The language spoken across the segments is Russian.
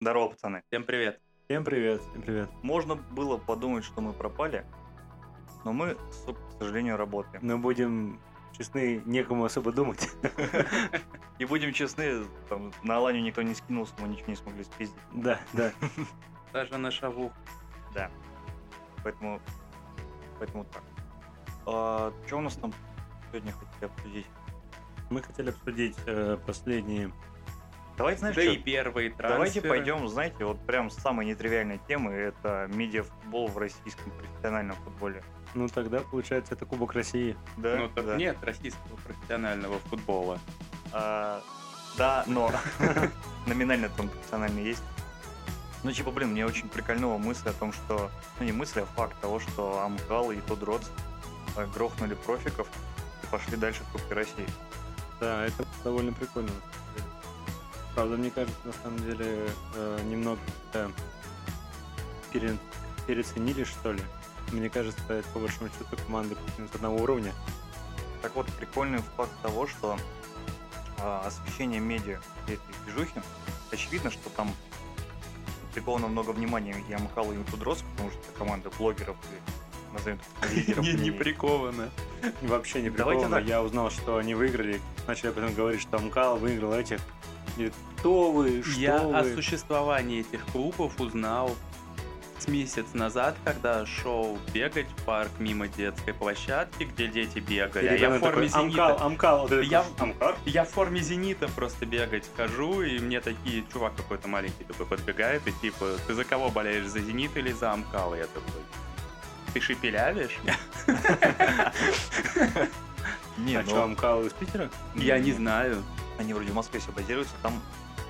Здорово, пацаны. Всем привет. Всем привет, всем привет. Можно было подумать, что мы пропали, но мы, суп, к сожалению, работаем. Мы будем честны, некому особо думать. И будем честны, там, на Аланию никто не скинулся, мы ничего не смогли спиздить. Да, да. Даже на шаву. Да. Поэтому, поэтому так. А, что у нас там сегодня хотели обсудить? Мы хотели обсудить э, последние. Давайте, знаешь, Да чё? и первые трансферы. Давайте пойдем, знаете, вот прям с самой нетривиальной темы, это медиафутбол в российском профессиональном футболе. Ну тогда получается это Кубок России. Да, Ну, так да. нет российского профессионального футбола. А, да, но номинально там профессионально есть. Ну, типа, блин, мне очень прикольнула мысль о том, что... Ну, не мысль, а факт того, что Амкал и Тодроц э, грохнули профиков и пошли дальше в Кубке России. Да, это довольно прикольно. на самом деле. Правда, мне кажется, на самом деле э, немного э, пере- переценили, что ли. Мне кажется, это по большому счету команды плюс-минус одного уровня. Так вот, прикольный факт того, что а, освещение медиа всей этой движухи, очевидно, что там приковано много внимания и Амхалу, и Тудросу, потому что это команда блогеров и, назовем так, лидеров. Не, не мнений. приковано. И Вообще не Давайте прикольно. так. Я узнал, что они выиграли. Начали потом говорить, что Амкал выиграл этих. И кто вы, что Я вы? о существовании этих клубов узнал с месяц назад, когда шел бегать в парк мимо детской площадки, где дети бегали. А Или я там в форме такой, «Зенита». Амкал, Амкал. вот это Я- тоже, Амкал. Я в форме зенита просто бегать хожу, и мне такие, чувак какой-то маленький такой подбегает, и типа, ты за кого болеешь, за зенит или за Амкал? Я такой, ты шепелявишь? Не, а ну, что, Амкал из Питера? Я не знаю. Они вроде в Москве все базируются, там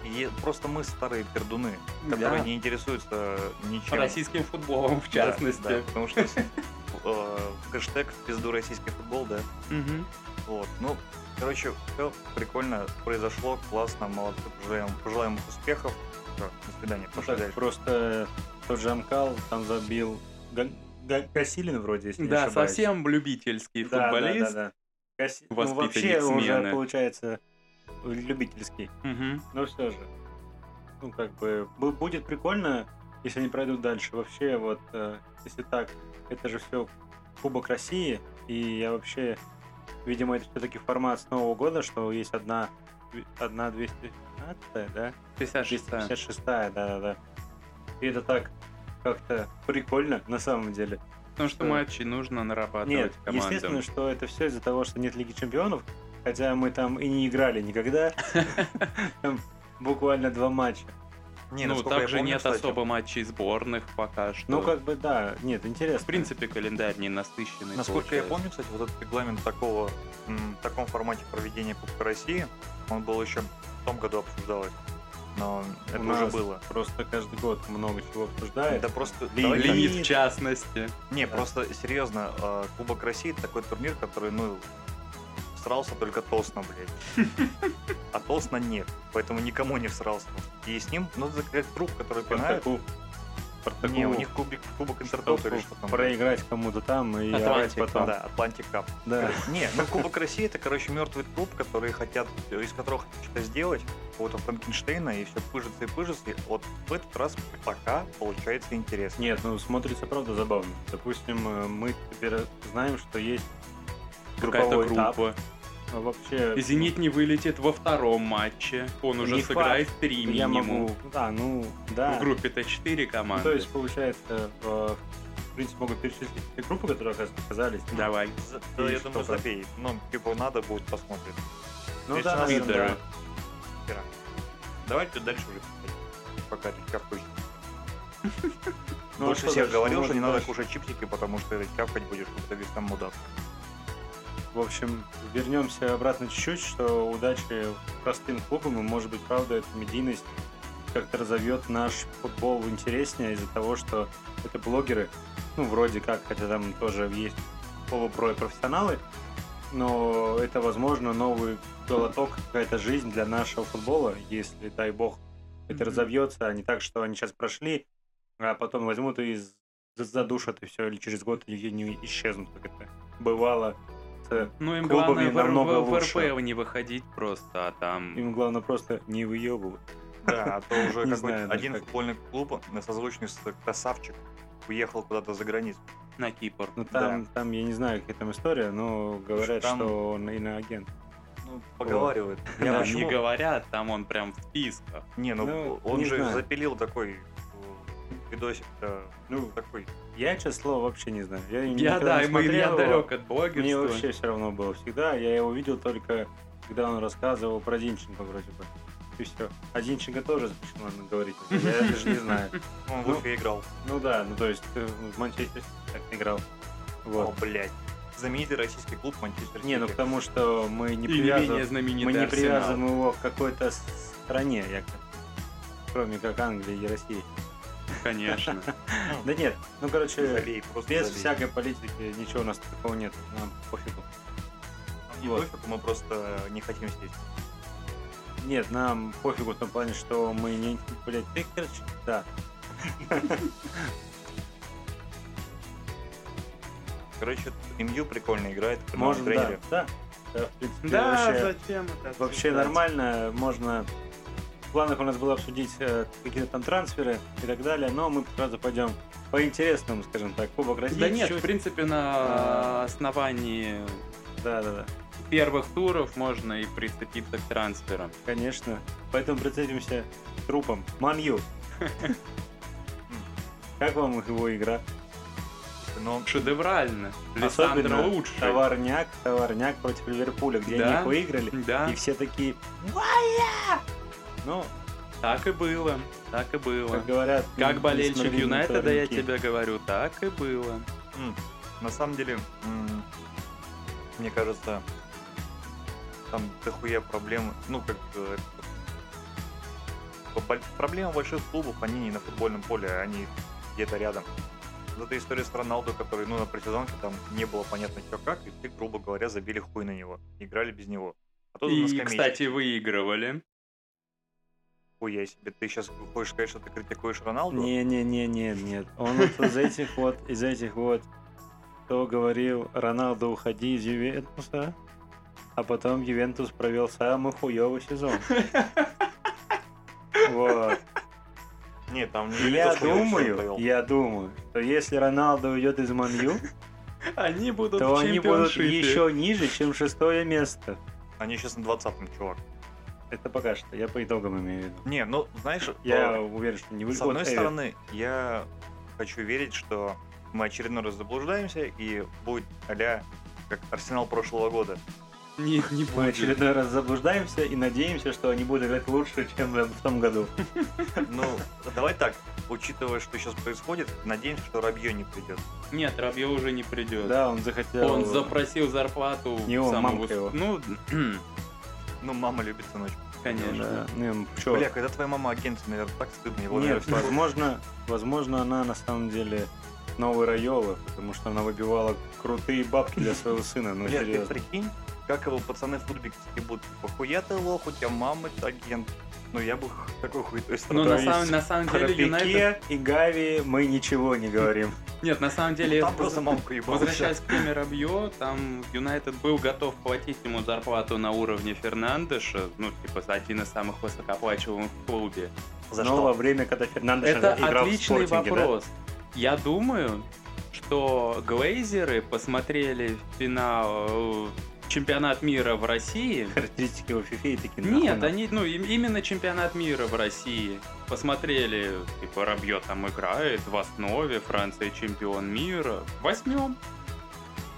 е- просто мы старые пердуны, которые Да. не интересуются ничем. Российским футболом, в Да, да, частности. потому что э, хэштег в пизду российский футбол, да. Мгм. Вот, ну, короче, все прикольно произошло, классно, молодцы, пожелаем, пожелаем их успехов. Всё, до свидания, Ну пошли так, дальше. просто тот же Амкал там забил Га- Га- Гасилин вроде, если не Да, ошибаюсь. совсем любительский Да, да, футболист. да, да. Гаси- ну, Воспитанник вообще он смены. уже получается любительский. Мгм. Но все же, ну как бы бу- будет прикольно, если они пройдут дальше. Вообще вот, э, если так, это же все Кубок России, и я вообще, видимо, это все-таки формат с Нового года, что есть одна, дви- одна 215, да? 56 256, да-да-да. И это так как-то прикольно на самом деле. Потому что матчи нужно нарабатывать Нет, командам. естественно, что это все из-за того, что нет Лиги Чемпионов, хотя мы там и не играли никогда. Там буквально два матча. Не, Ну, насколько я также помню, нет кстати, особо матчей сборных пока что. Ну, как бы, да, нет, интересно. В принципе, календарь не насыщенный. Насколько я получается. помню, кстати, вот этот регламент такого, м, в таком формате проведения Кубка России, он был еще в том году обсуждалось, но это уже нас было. просто каждый год много чего обсуждает. Да просто... Ли- давай так. Лимит Лимит. в частности. Не, Да. просто серьезно, э, Кубок России это такой турнир, который, ну, всрался только Тосна, блядь. А Тосна нет, поэтому никому не всрался. И с ним, ну, это какая-то труп, который пинает. Спартаку, Спартаку Не, у них кубик, кубок интертопа или что там. проиграть кому-то там и орать Атлантик, потом. Да, Атлантик Кап. Да. Не, ну Кубок России это, короче, мертвый клуб, который хотят, из которого хотят что-то сделать, какого-то Франкенштейна, и все пыжится и пыжится. И вот в этот раз пока получается интересно. Нет, ну смотрится правда забавно. Допустим, э, мы теперь знаем, что есть Какая-то групповой этап. группа. А вообще... И Зенит не вылетит во втором матче. Он уже Не сыграет три Я минимум. могу... Да, ну, да. В группе-то четыре Ну, команды. То есть, получается, э, в принципе, могу перечислить те группы, которые оказ- оказались. Давай. За- да, я что думаю, там? забей. Ну, типа, надо будет посмотреть. Ну Перечислить да, наверное, лидеры. да. Хера. Давайте дальше уже пока ты капкаешь. Ну, Больше что всех дальше? говорил, Ну, что не вот надо дальше. кушать чипсики, потому что ты капкать будешь, как ты весь там мудак. В общем, вернемся обратно чуть-чуть, что удачи простым клубам, и, может быть, правда, эта медийность как-то разовьет наш футбол интереснее из-за того, что это блогеры, Ну, вроде как, хотя там тоже есть полупро и профессионалы. Но это, возможно, новый глоток, какая-то жизнь для нашего футбола, если, дай бог, Мгм. это разовьется, а не так, что они сейчас прошли, а потом возьмут и з- задушат, и все, или через год они не исчезнут, как это бывало. с- Ну, им Клубами главное в, Р- намного в- в лучше. РПЛ не выходить просто, а там... Им главное просто не выебывать. Да, а то уже Не какой-то знаю даже, один как. футбольный клуб на созвучный с красавчик уехал куда-то за границу. на Кипр. Ну там, там, я не знаю, какая там история, но говорят, там- что он иноагент. Ну, поговаривают. Я Там почему- не говорят, там он прям в списках. Не, ну, Ну, он не же знаю. запилил такой э, видосик ну, Ну, такой. Я, честно слово, вообще не знаю. Я, Я, никогда да, не и мы- я смотрел его. далек от блогерства. Мне вообще все равно было всегда. Я его видел только, когда он рассказывал про Зинченко вроде бы. И все. А Зинченко тоже запрещено нам говорить. Я даже не знаю. Он Ну, в Уфе играл. Ну да, ну то есть э, в Манчестер Сити так играл. О, Вот. блядь. Знаменитый российский клуб Манчестер Не, ну Сити. потому что мы не И не менее привязываем, знаменитый мы не Арсенал. привязываем его к какой-то стране, якобы. Кроме как Англии и России. Конечно. Да нет, ну короче, Забей, просто без забей. всякой политики ничего у нас такого нет. Нам пофигу. Нам не вот. пофиг, мы просто не хотим сидеть. Нет, нам пофигу в том плане, что мы не... Блять, ты, короче, да. Короче, МЮ прикольно играет. при новом Можем, да, тренере. да. Да, в принципе, Да, вообще, зачем это? вообще обсуждать? нормально, можно... В планах у нас было обсудить э, какие-то там трансферы и так далее, но мы сразу пойдем по интересному, скажем так, Кубок России. Да нет, в чуть- принципе, А. на основании Да, да, да, первых туров можно и приступиться к трансферам. конечно. Поэтому прицепимся к трупам. Манью. Как вам его игра? Но Шедеврально. Лиссандро Особенно лучше. товарняк, товарняк против Ливерпуля, где Да. они их выиграли. Да, И все такие, ну, так и было. Так и было. как говорят... Как не болельщик смотри Ну, на Юнайтеда, я товарняки. тебе говорю, так и было. М, На самом деле, м, мне кажется, там дохуя проблем, ну как э, бо- боль- проблемы больших клубов, они не на футбольном поле, они где-то рядом. Вот эта история с Роналду, который, ну, на предсезонке там не было понятно, что как, и все, грубо говоря, забили хуй на него, играли без него. А тут он на И, скамейке. кстати, выигрывали. Хуя себе, ты сейчас хочешь сказать, что ты критикуешь Роналду? Не, не, не, не, нет. Он вот из этих вот, из этих вот, кто говорил, Роналду, уходи из Ювентуса, а потом Ювентус провел самый хуёвый сезон. Вот. Нет, там не Я Ювентус хуёво всё думаю, провёл. я думаю, что если Роналду уйдет из Манью, Они будут то в они будут чемпионшипе. еще ниже, чем шестое место. Они сейчас на 20-м, чувак. Это пока что, я по итогам имею в виду. Не, ну, знаешь, э, Я уверен, что не Э, С выиграл. одной стороны, я хочу верить, что мы очередной раз заблуждаемся, и будет а как Арсенал прошлого года. Не, не Мы будет. очередной раз заблуждаемся и надеемся, что они будут играть лучше, чем в том году. Ну, давай так, учитывая, что сейчас происходит, надеемся, что Рабье не придет. Нет, Рабье уже не придет. Да, он захотел. Он запросил зарплату Не он, самого... мамка его. Ну, Ну, мама любит сыночку. конечно. Да, ну, чё? Бля, когда твоя мама агент, наверное, так стыдно его Нет, наверное, возможно, возможно, она на самом деле новый Райола, потому что она выбивала крутые бабки для своего сына, ну Бля, ты серьезно. прикинь, как его пацаны в футбике будут. Типа, хуя ты лох, у тебя мама агент. Ну, я бы х- такой хуй той Но страной. Ну, на есть самом, на самом Про деле Юнайтед... Пике и Гави мы ничего не говорим. Нет, на самом Ну, деле... Там просто мамка ебалась. Возвращаясь к теме Рабье, там Юнайтед был готов платить ему зарплату на уровне Фернандеша, ну, типа, за один из самых высокооплачиваемых в клубе. За Но во что? время, когда Фернандеш Это играл в отличный Спортинге, да? вопрос. Я думаю, что глейзеры посмотрели финал э, чемпионат мира в России. Характеристики его фифе и такие нахуй Нет, нам. они, ну, им- именно чемпионат мира в России. Посмотрели, типа, Рабье там играет в основе, Франция чемпион мира. Возьмем.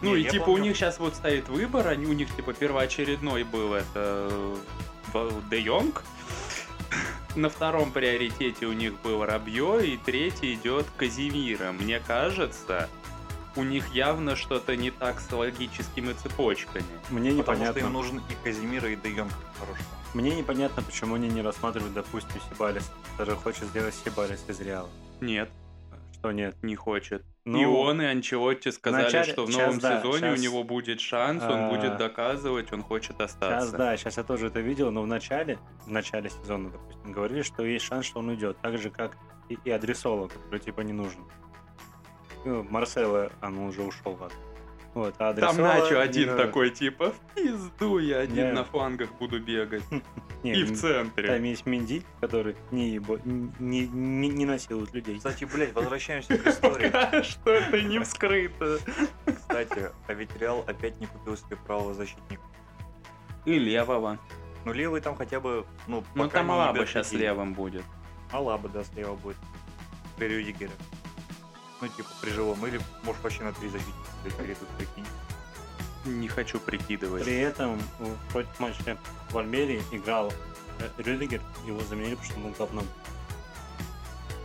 Ну Не, и я типа помню. у них сейчас вот стоит выбор, они, у них типа первоочередной был это э, Ва- Де Йонг. На втором приоритете у них был Рабье, и третий идет Казимира. Мне кажется, у них явно что-то не так с логическими цепочками. Потому Мне что непонятно. им нужен и Казимира, и Де Йонг хороший. Мне непонятно, почему они не рассматривают, допустим, Сибалис, который хочет сделать Сибалис из Реала. Нет. что нет. не хочет. Ну, и он, и Анчелотти сказали, вначале- что в щас, новом да, сезоне щас, у него будет шанс, он а, будет доказывать, он хочет Сейчас, остаться. да, сейчас я тоже это видел, но в начале, в начале сезона, допустим, говорили, что есть шанс, что он уйдет. Так же, как и, и Адресола, который типа не нужен. Ну, Марсела, он уже ушел. ладно. Вот, Там а Адресола Начо не один надо. такой, типа, в пизду я один Да. на флангах буду бегать. Не, И в Там центре. есть Минди, который не, ебо- не, не, не насилует людей. Кстати, блядь, возвращаемся к истории. Что это не вскрыто. Кстати, а ведь Реал опять не купил себе правого защитника. И левого. Ну, левый там хотя бы, ну, Ну пока там не Алаба Бертоти. сейчас левым будет. Алаба, да, слева будет. При Рюдигере. Ну, типа, при живом. Или, может, вообще на три защитника блядь, перейдут, прикинь. Не хочу прикидывать. При этом ну, против матча в Альмерии играл э, Рюдигер, его заменили, потому что он был говном.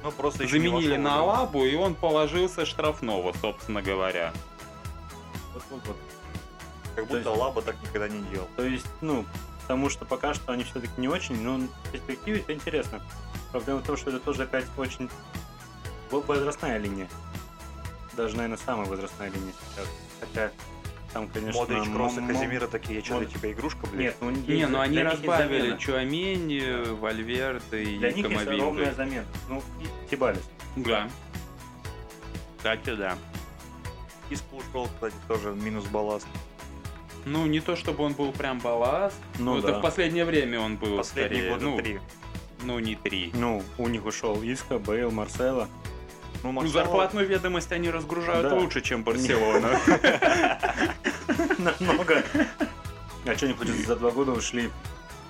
Ну, просто еще не Заменили вошел на в игру. Алабу, и он положился штрафного, собственно говоря. Вот, вот, вот. Как То есть- будто Алаба так никогда не делал. То есть, ну, потому что пока что они все-таки не очень, но в перспективе это интересно. Проблема в том, что это тоже опять очень во- возрастная линия. Даже, наверное, самая возрастная линия сейчас. Хотя там, конечно... Модрич, М- Кросс и М- Казимира такие, я что, для Мод- тебя игрушка, блядь? Нет, ну... Не, есть- ну они для них есть разбавили замена. Чуамени, Вальверде Для и них есть ровная Камовинга. замена. Ну, и Тибалис. Да. Кстати, да. Иску ушел, кстати, тоже минус балласт. Ну, не то чтобы он был прям балласт, Ну, но это да. в последнее время он был Последние скорее, года ну, три. ну, не три. Ну, у них ушел Иска, Бейл, Марсело. Ну, Ну, Марсел- зарплатную ведомость они разгружают Да. лучше, чем Барселона. Намного. А что нибудь за два года ушли?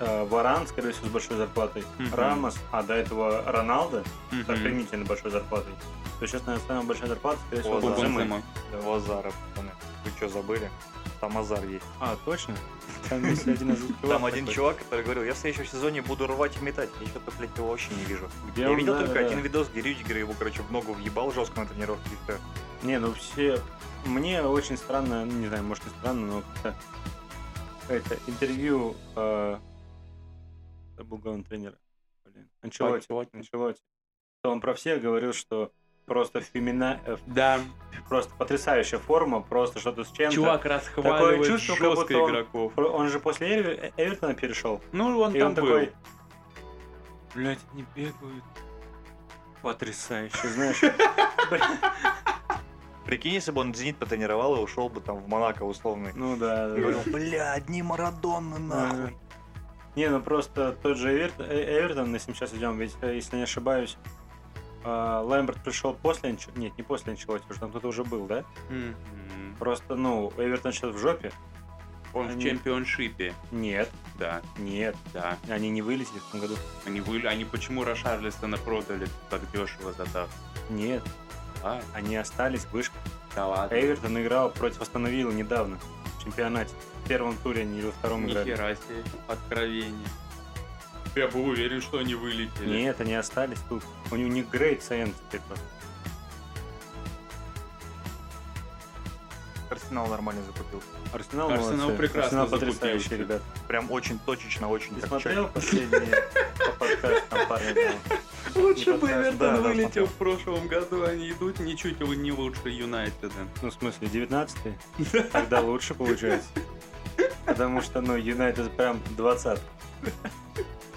э, Варан, скорее всего, с большой зарплатой. Мгм. Рамос, а до этого Роналдо с Мгм. охренительно большой зарплатой. То есть сейчас, наверное, самая большая зарплата, скорее всего, О, да. Бензема. Бензема. Да. У Азара, пацаны. Вы что, забыли? Там Азар есть. А, точно? Там есть один из чувак Там один такой. чувак, который говорил, я в следующем сезоне буду рвать и метать. Я что-то, блядь, его вообще не вижу. Где Я он, видел да, только да, один да. видос, где Рюдигер его, короче, в ногу въебал жестко на тренировке. и всё. Не, ну все... Мне очень странно, ну, не знаю, может не странно, но как-то это интервью э, забыл главного тренера. Блин. Анчелотти. Анчелотти. То он про всех говорил, что просто фемина... э, Да, просто потрясающая форма, просто что-то с чем-то. чувак Такое расхваливает чувство, как жестко будто он- игроков. Про- Он же после Эвер- Эвертона перешел. Ну, он и там он был. такой... Блять, не бегают. Потрясающе, знаешь. Блядь, Прикинь, если бы он Зенит потренировал и ушел бы там в Монако условный. Ну да. да, да. Говорил, бля, одни Марадонны нахуй. Не, ну просто тот же Эверт- Э- Эвертон, если мы сейчас идем, ведь, э, если не ошибаюсь, а, Лэмберт пришел после Анч- Нет, не после Анчелотти, потому что там кто-то уже был, да? Мгм. Просто, ну, Эвертон сейчас в жопе. Он в Они- чемпионшипе. Нет, Да, нет, да. они не вылетели в том году. Они были, они почему Рошарлистона продали так дешево за так? Нет, А, они остались в вышке. да ладно. Эвертон играл против Остановила недавно в чемпионате. В первом туре они или во втором Ни играли. хера себе, откровение. Я был уверен, что они вылетели. Нет, они остались тут. У них, у них Грейт Сейн теперь просто. Арсенал нормально закупил. Арсенал, Арсенал молодцы. прекрасно Арсенал закупился. потрясающий, ребят. Прям очень точечно, очень Ты как смотрел чайник. последний по подкастам парня? был? Лучше бы Непосредственно, Эвертон да, да, вылетел смотрел. в прошлом году, они идут ничуть не лучше Юнайтеда. Ну, в смысле, 19 Тогда лучше получается. Потому что, ну, Юнайтед прям 20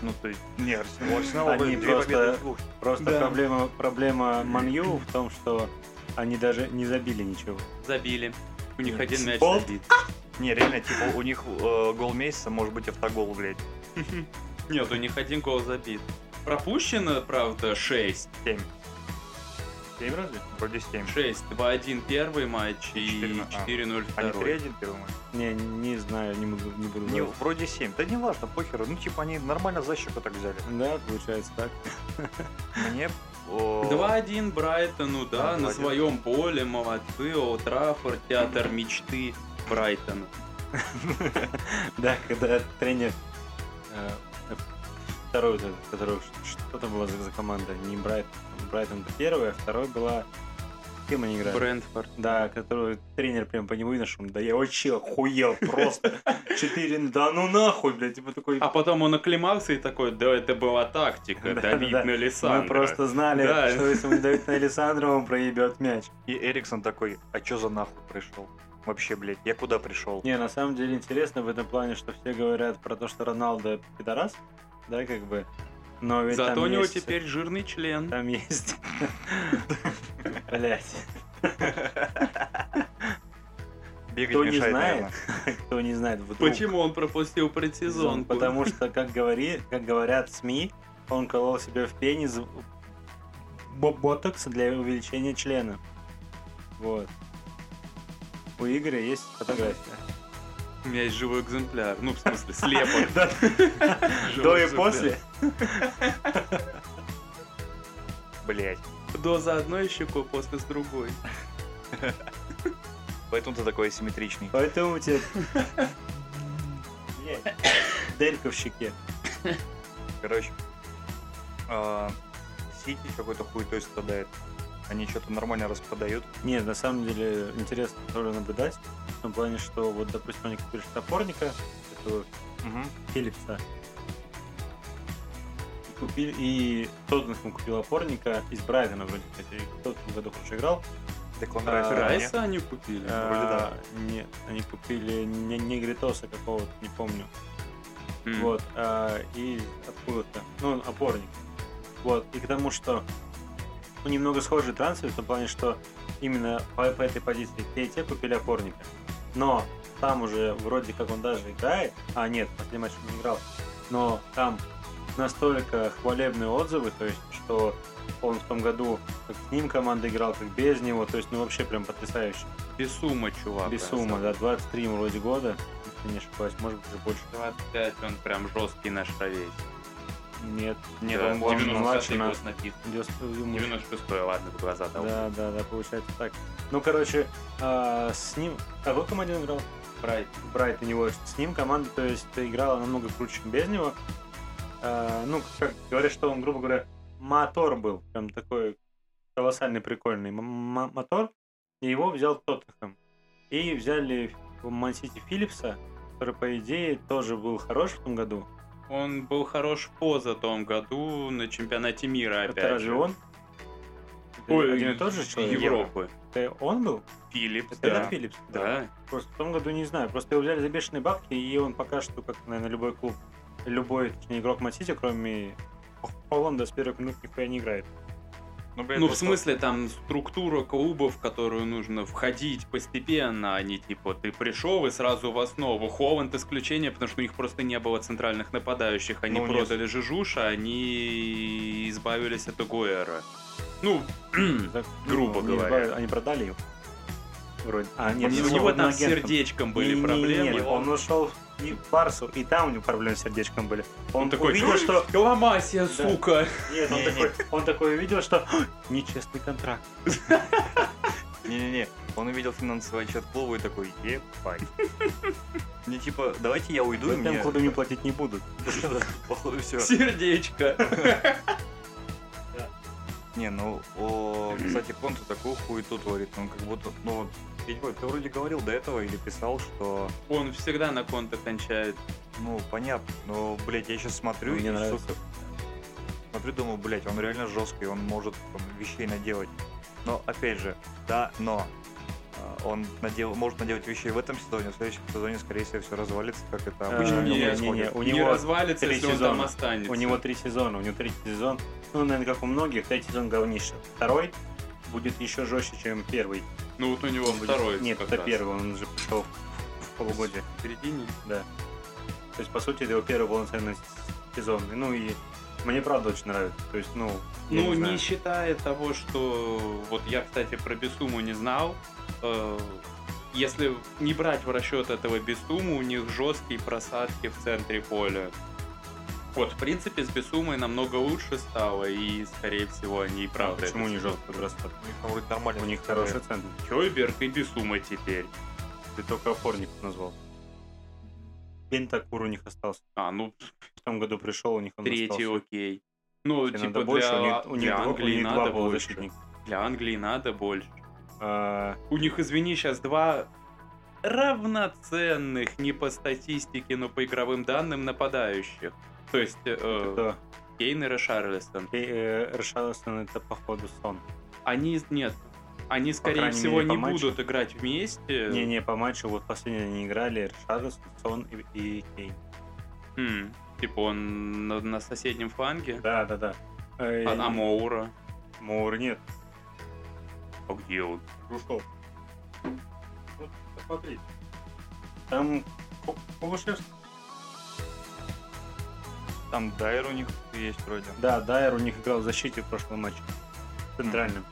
Ну, ты... Не, Арсенал, у Арсенала Они были две просто- победы в двух. Просто Да. проблема, проблема Манью в том, что они даже не забили ничего. Забили. У них Нет. один мяч Болт. забит. Не, реально, типа, у них э, гол месяца может быть автогол, блядь. Нет, у них один гол забит. Пропущено, правда, 6. 7. 7 разве? Вроде 7. 6. 2-1 первый матч и 4-0, а. 4-0 А не второй. 3-1, ты думаешь? Не, не знаю, не буду, не буду Не, говорить. вроде 7. Да не важно, похеру. Ну, типа, они нормально за щеку так взяли. Да, получается так. Мне... о, 2-1 Брайтону, да, Да, на 2-1. своем поле, молодцы, Олд Траффорд, театр мечты Брайтона. Да, когда тренер э, второй, вот этот, который ш- что там было за, за команда, не Брайтон, Брайтон это первая, а второй была кем они играют? Брентфорд. Да, который тренер прям по нему и нашел. Да я вообще охуел просто. Четыре, да ну нахуй, блядь. Типа такой, А потом он оклемался и такой, да это была тактика, Да, давить да, на мы Лиссандра. просто знали, Да. что если мы давить на Александра, он проебет мяч. И Эриксон такой, а чё за нахуй пришел? Вообще, блядь, я куда пришел? Не, на самом деле интересно в этом плане, что все говорят про то, что Роналдо пидорас, да, как бы. Но ведь Зато там у него есть- теперь жирный член. Там есть... Блять. Бегать Кто не мешает, знает, наверное. кто не знает, вдруг... Почему он пропустил предсезон? Потому что, как, говори, как говорят СМИ, он колол себе в пенис бо- ботокс для увеличения члена. Вот. У Игоря есть фотография. У меня есть живой экземпляр. Ну, в смысле, слепок. Да, До Живой и экземпляр. после. Блядь. До за одной щекой, после с другой. Поэтому ты такой асимметричный. Поэтому у тебя... Блядь. Дырка в щеке. Короче, а, Сити какой-то хуйтой страдает. Они что-то нормально распродают. Нет, на самом деле интересно тоже наблюдать. В том плане, что вот, допустим, они купили штопорника, этого Филлипса. И Купили, и Тоттенхэм купил опорника из Брайтона вроде, кстати, кто в этом году хорошо играл. Деклан А, Райс вроде нет. Райса они купили. А, Нет, они купили не- Негритоса какого-то, не помню. М. Вот, а, и откуда-то, ну, он опорник. Вот, и к тому, что ну, немного схожий трансфер, в том плане, что именно по, по этой позиции те и те купили опорника. Но там уже вроде как он даже играет, а нет, последний матч он не играл, но там настолько хвалебные отзывы, то есть, что он в том году как с ним команда играл, как без него, то есть, ну, вообще прям потрясающе. Без сумма, чувак. без суммы, да, 23 ему вроде года, если не ошибаюсь, может быть, даже больше. 25, он прям жесткий наш ровесник. Нет, Нет, Да, он младше нас. 90-й девяносто. нас. год написан. 90, ему 96 ладно, в глаза дал. Да, да, да, получается так. Ну, короче, а, с ним... Какой команде он играл? Брайт. Брайт у него. С ним команда, то есть, играла намного круче, чем без него. А, ну, как говорят, что он, грубо говоря, мотор был. Прям такой колоссальный, прикольный м- м- мотор. И его взял Тоттенхэм. И взяли в Мансити Филлипса, который, по идее, тоже был хорош в том году. Он был хорош в позатом году на чемпионате мира опять. Это разве же. он? Это Ой, один и тот же человек? Европы. Это он был? Филипп, Это да. Филлипс? Да. Просто в том году не знаю. Просто его взяли за бешеные бабки, и он пока что, как, наверное, любой клуб, любой точнее, игрок Матити, кроме Холланда, с первых минут нихуя не играет. Ну, блядь, Ну, в просто- смысле, там структура клуба, в которую нужно входить постепенно, а не типа ты пришел и сразу в основу. Холланд исключение, потому что у них просто не было центральных нападающих. Они Ну, нет. продали Жижуша, они избавились от Гуэра. Ну, Так, Грубо не говоря. избавили- Они продали его. Вроде. А, нет, У у он него был там с агентом. сердечком были Не-не-не, проблемы. он ушел и в Барсу, и там у него проблемы с сердечком были. Он, такой увидел, «Ой, что... Ломасия, Да. сука! Нет, он, Не-не. такой, он такой увидел, что... «Ах, Нечестный контракт. Не-не-не, он увидел финансовый отчет клуба и такой, ебать. Мне типа, давайте я уйду, и Там мне... клубы мне платить не будут. Походу все. Сердечко! Не, ну, о, кстати, Конту такую хуету творит. Он как будто, ну вот, Федько, ты вроде говорил до этого или писал, что, Он всегда на конта кончает. ну, понятно, но, блядь, я сейчас смотрю, Ну, Мне и, нравится. сука, смотрю, думаю, блядь, он реально жесткий, он может там, вещей наделать. Но, опять же, да, но. А, Он надел, может наделать вещей в этом сезоне, в следующем сезоне, скорее всего, все развалится, как это обычно не, у него не, происходит. не, у не него развалится, три если он сезона. там останется. У него три сезона, у него третий сезон. Ну, наверное, как у многих, третий сезон говнище. Второй будет еще жестче, чем первый. Ну вот у него второй. Нет, как это раз. первый, он же пришел в полугодие. В середине. Да. То есть, по сути, это его первый полноценный с- сезон. Ну и мне правда очень нравится. То есть, ну, я Ну, не знаю. не считая того, что... Вот я, кстати, про Бесуму не знал. Э, Если не брать в расчет этого Бесуму, у них жесткие просадки в центре поля. Вот, в принципе, с Бесумой намного лучше стало, и, скорее всего, они и А правда... почему это не сделают. жесткий бросок? У них там вроде нормально. У них всё хороший центр. Хёйберг и Бесума теперь. Ты только опорник назвал. Бентакур у них остался. А, ну, В том году пришел, у них он третий остался. окей. Ну, Тебе типа, надо больше, у для, них, у них для два- у Англии них два надо больше. полузащитника. Для Англии надо больше. А, У них, извини, сейчас два равноценных не по статистике, но по игровым данным нападающих. То есть э, это Кейн и Рашарлисон. и, э, Ришарлисон это походу сон. Они нет. Они, скорее крайней всего, мере, по не матчу. будут играть вместе. Не-не, по матчу вот последние они играли Ришарлисон, Сон и, и Кейн. М, Типа он на, на соседнем фланге. Да, да, да. Э, А, а Моура. Мур нет. А где он? Ну что? Вот, посмотри. Там Ку- Кулушевский. Там Дайр у них есть вроде. Да, Дайер у них играл в защите в прошлом матче. Центральным.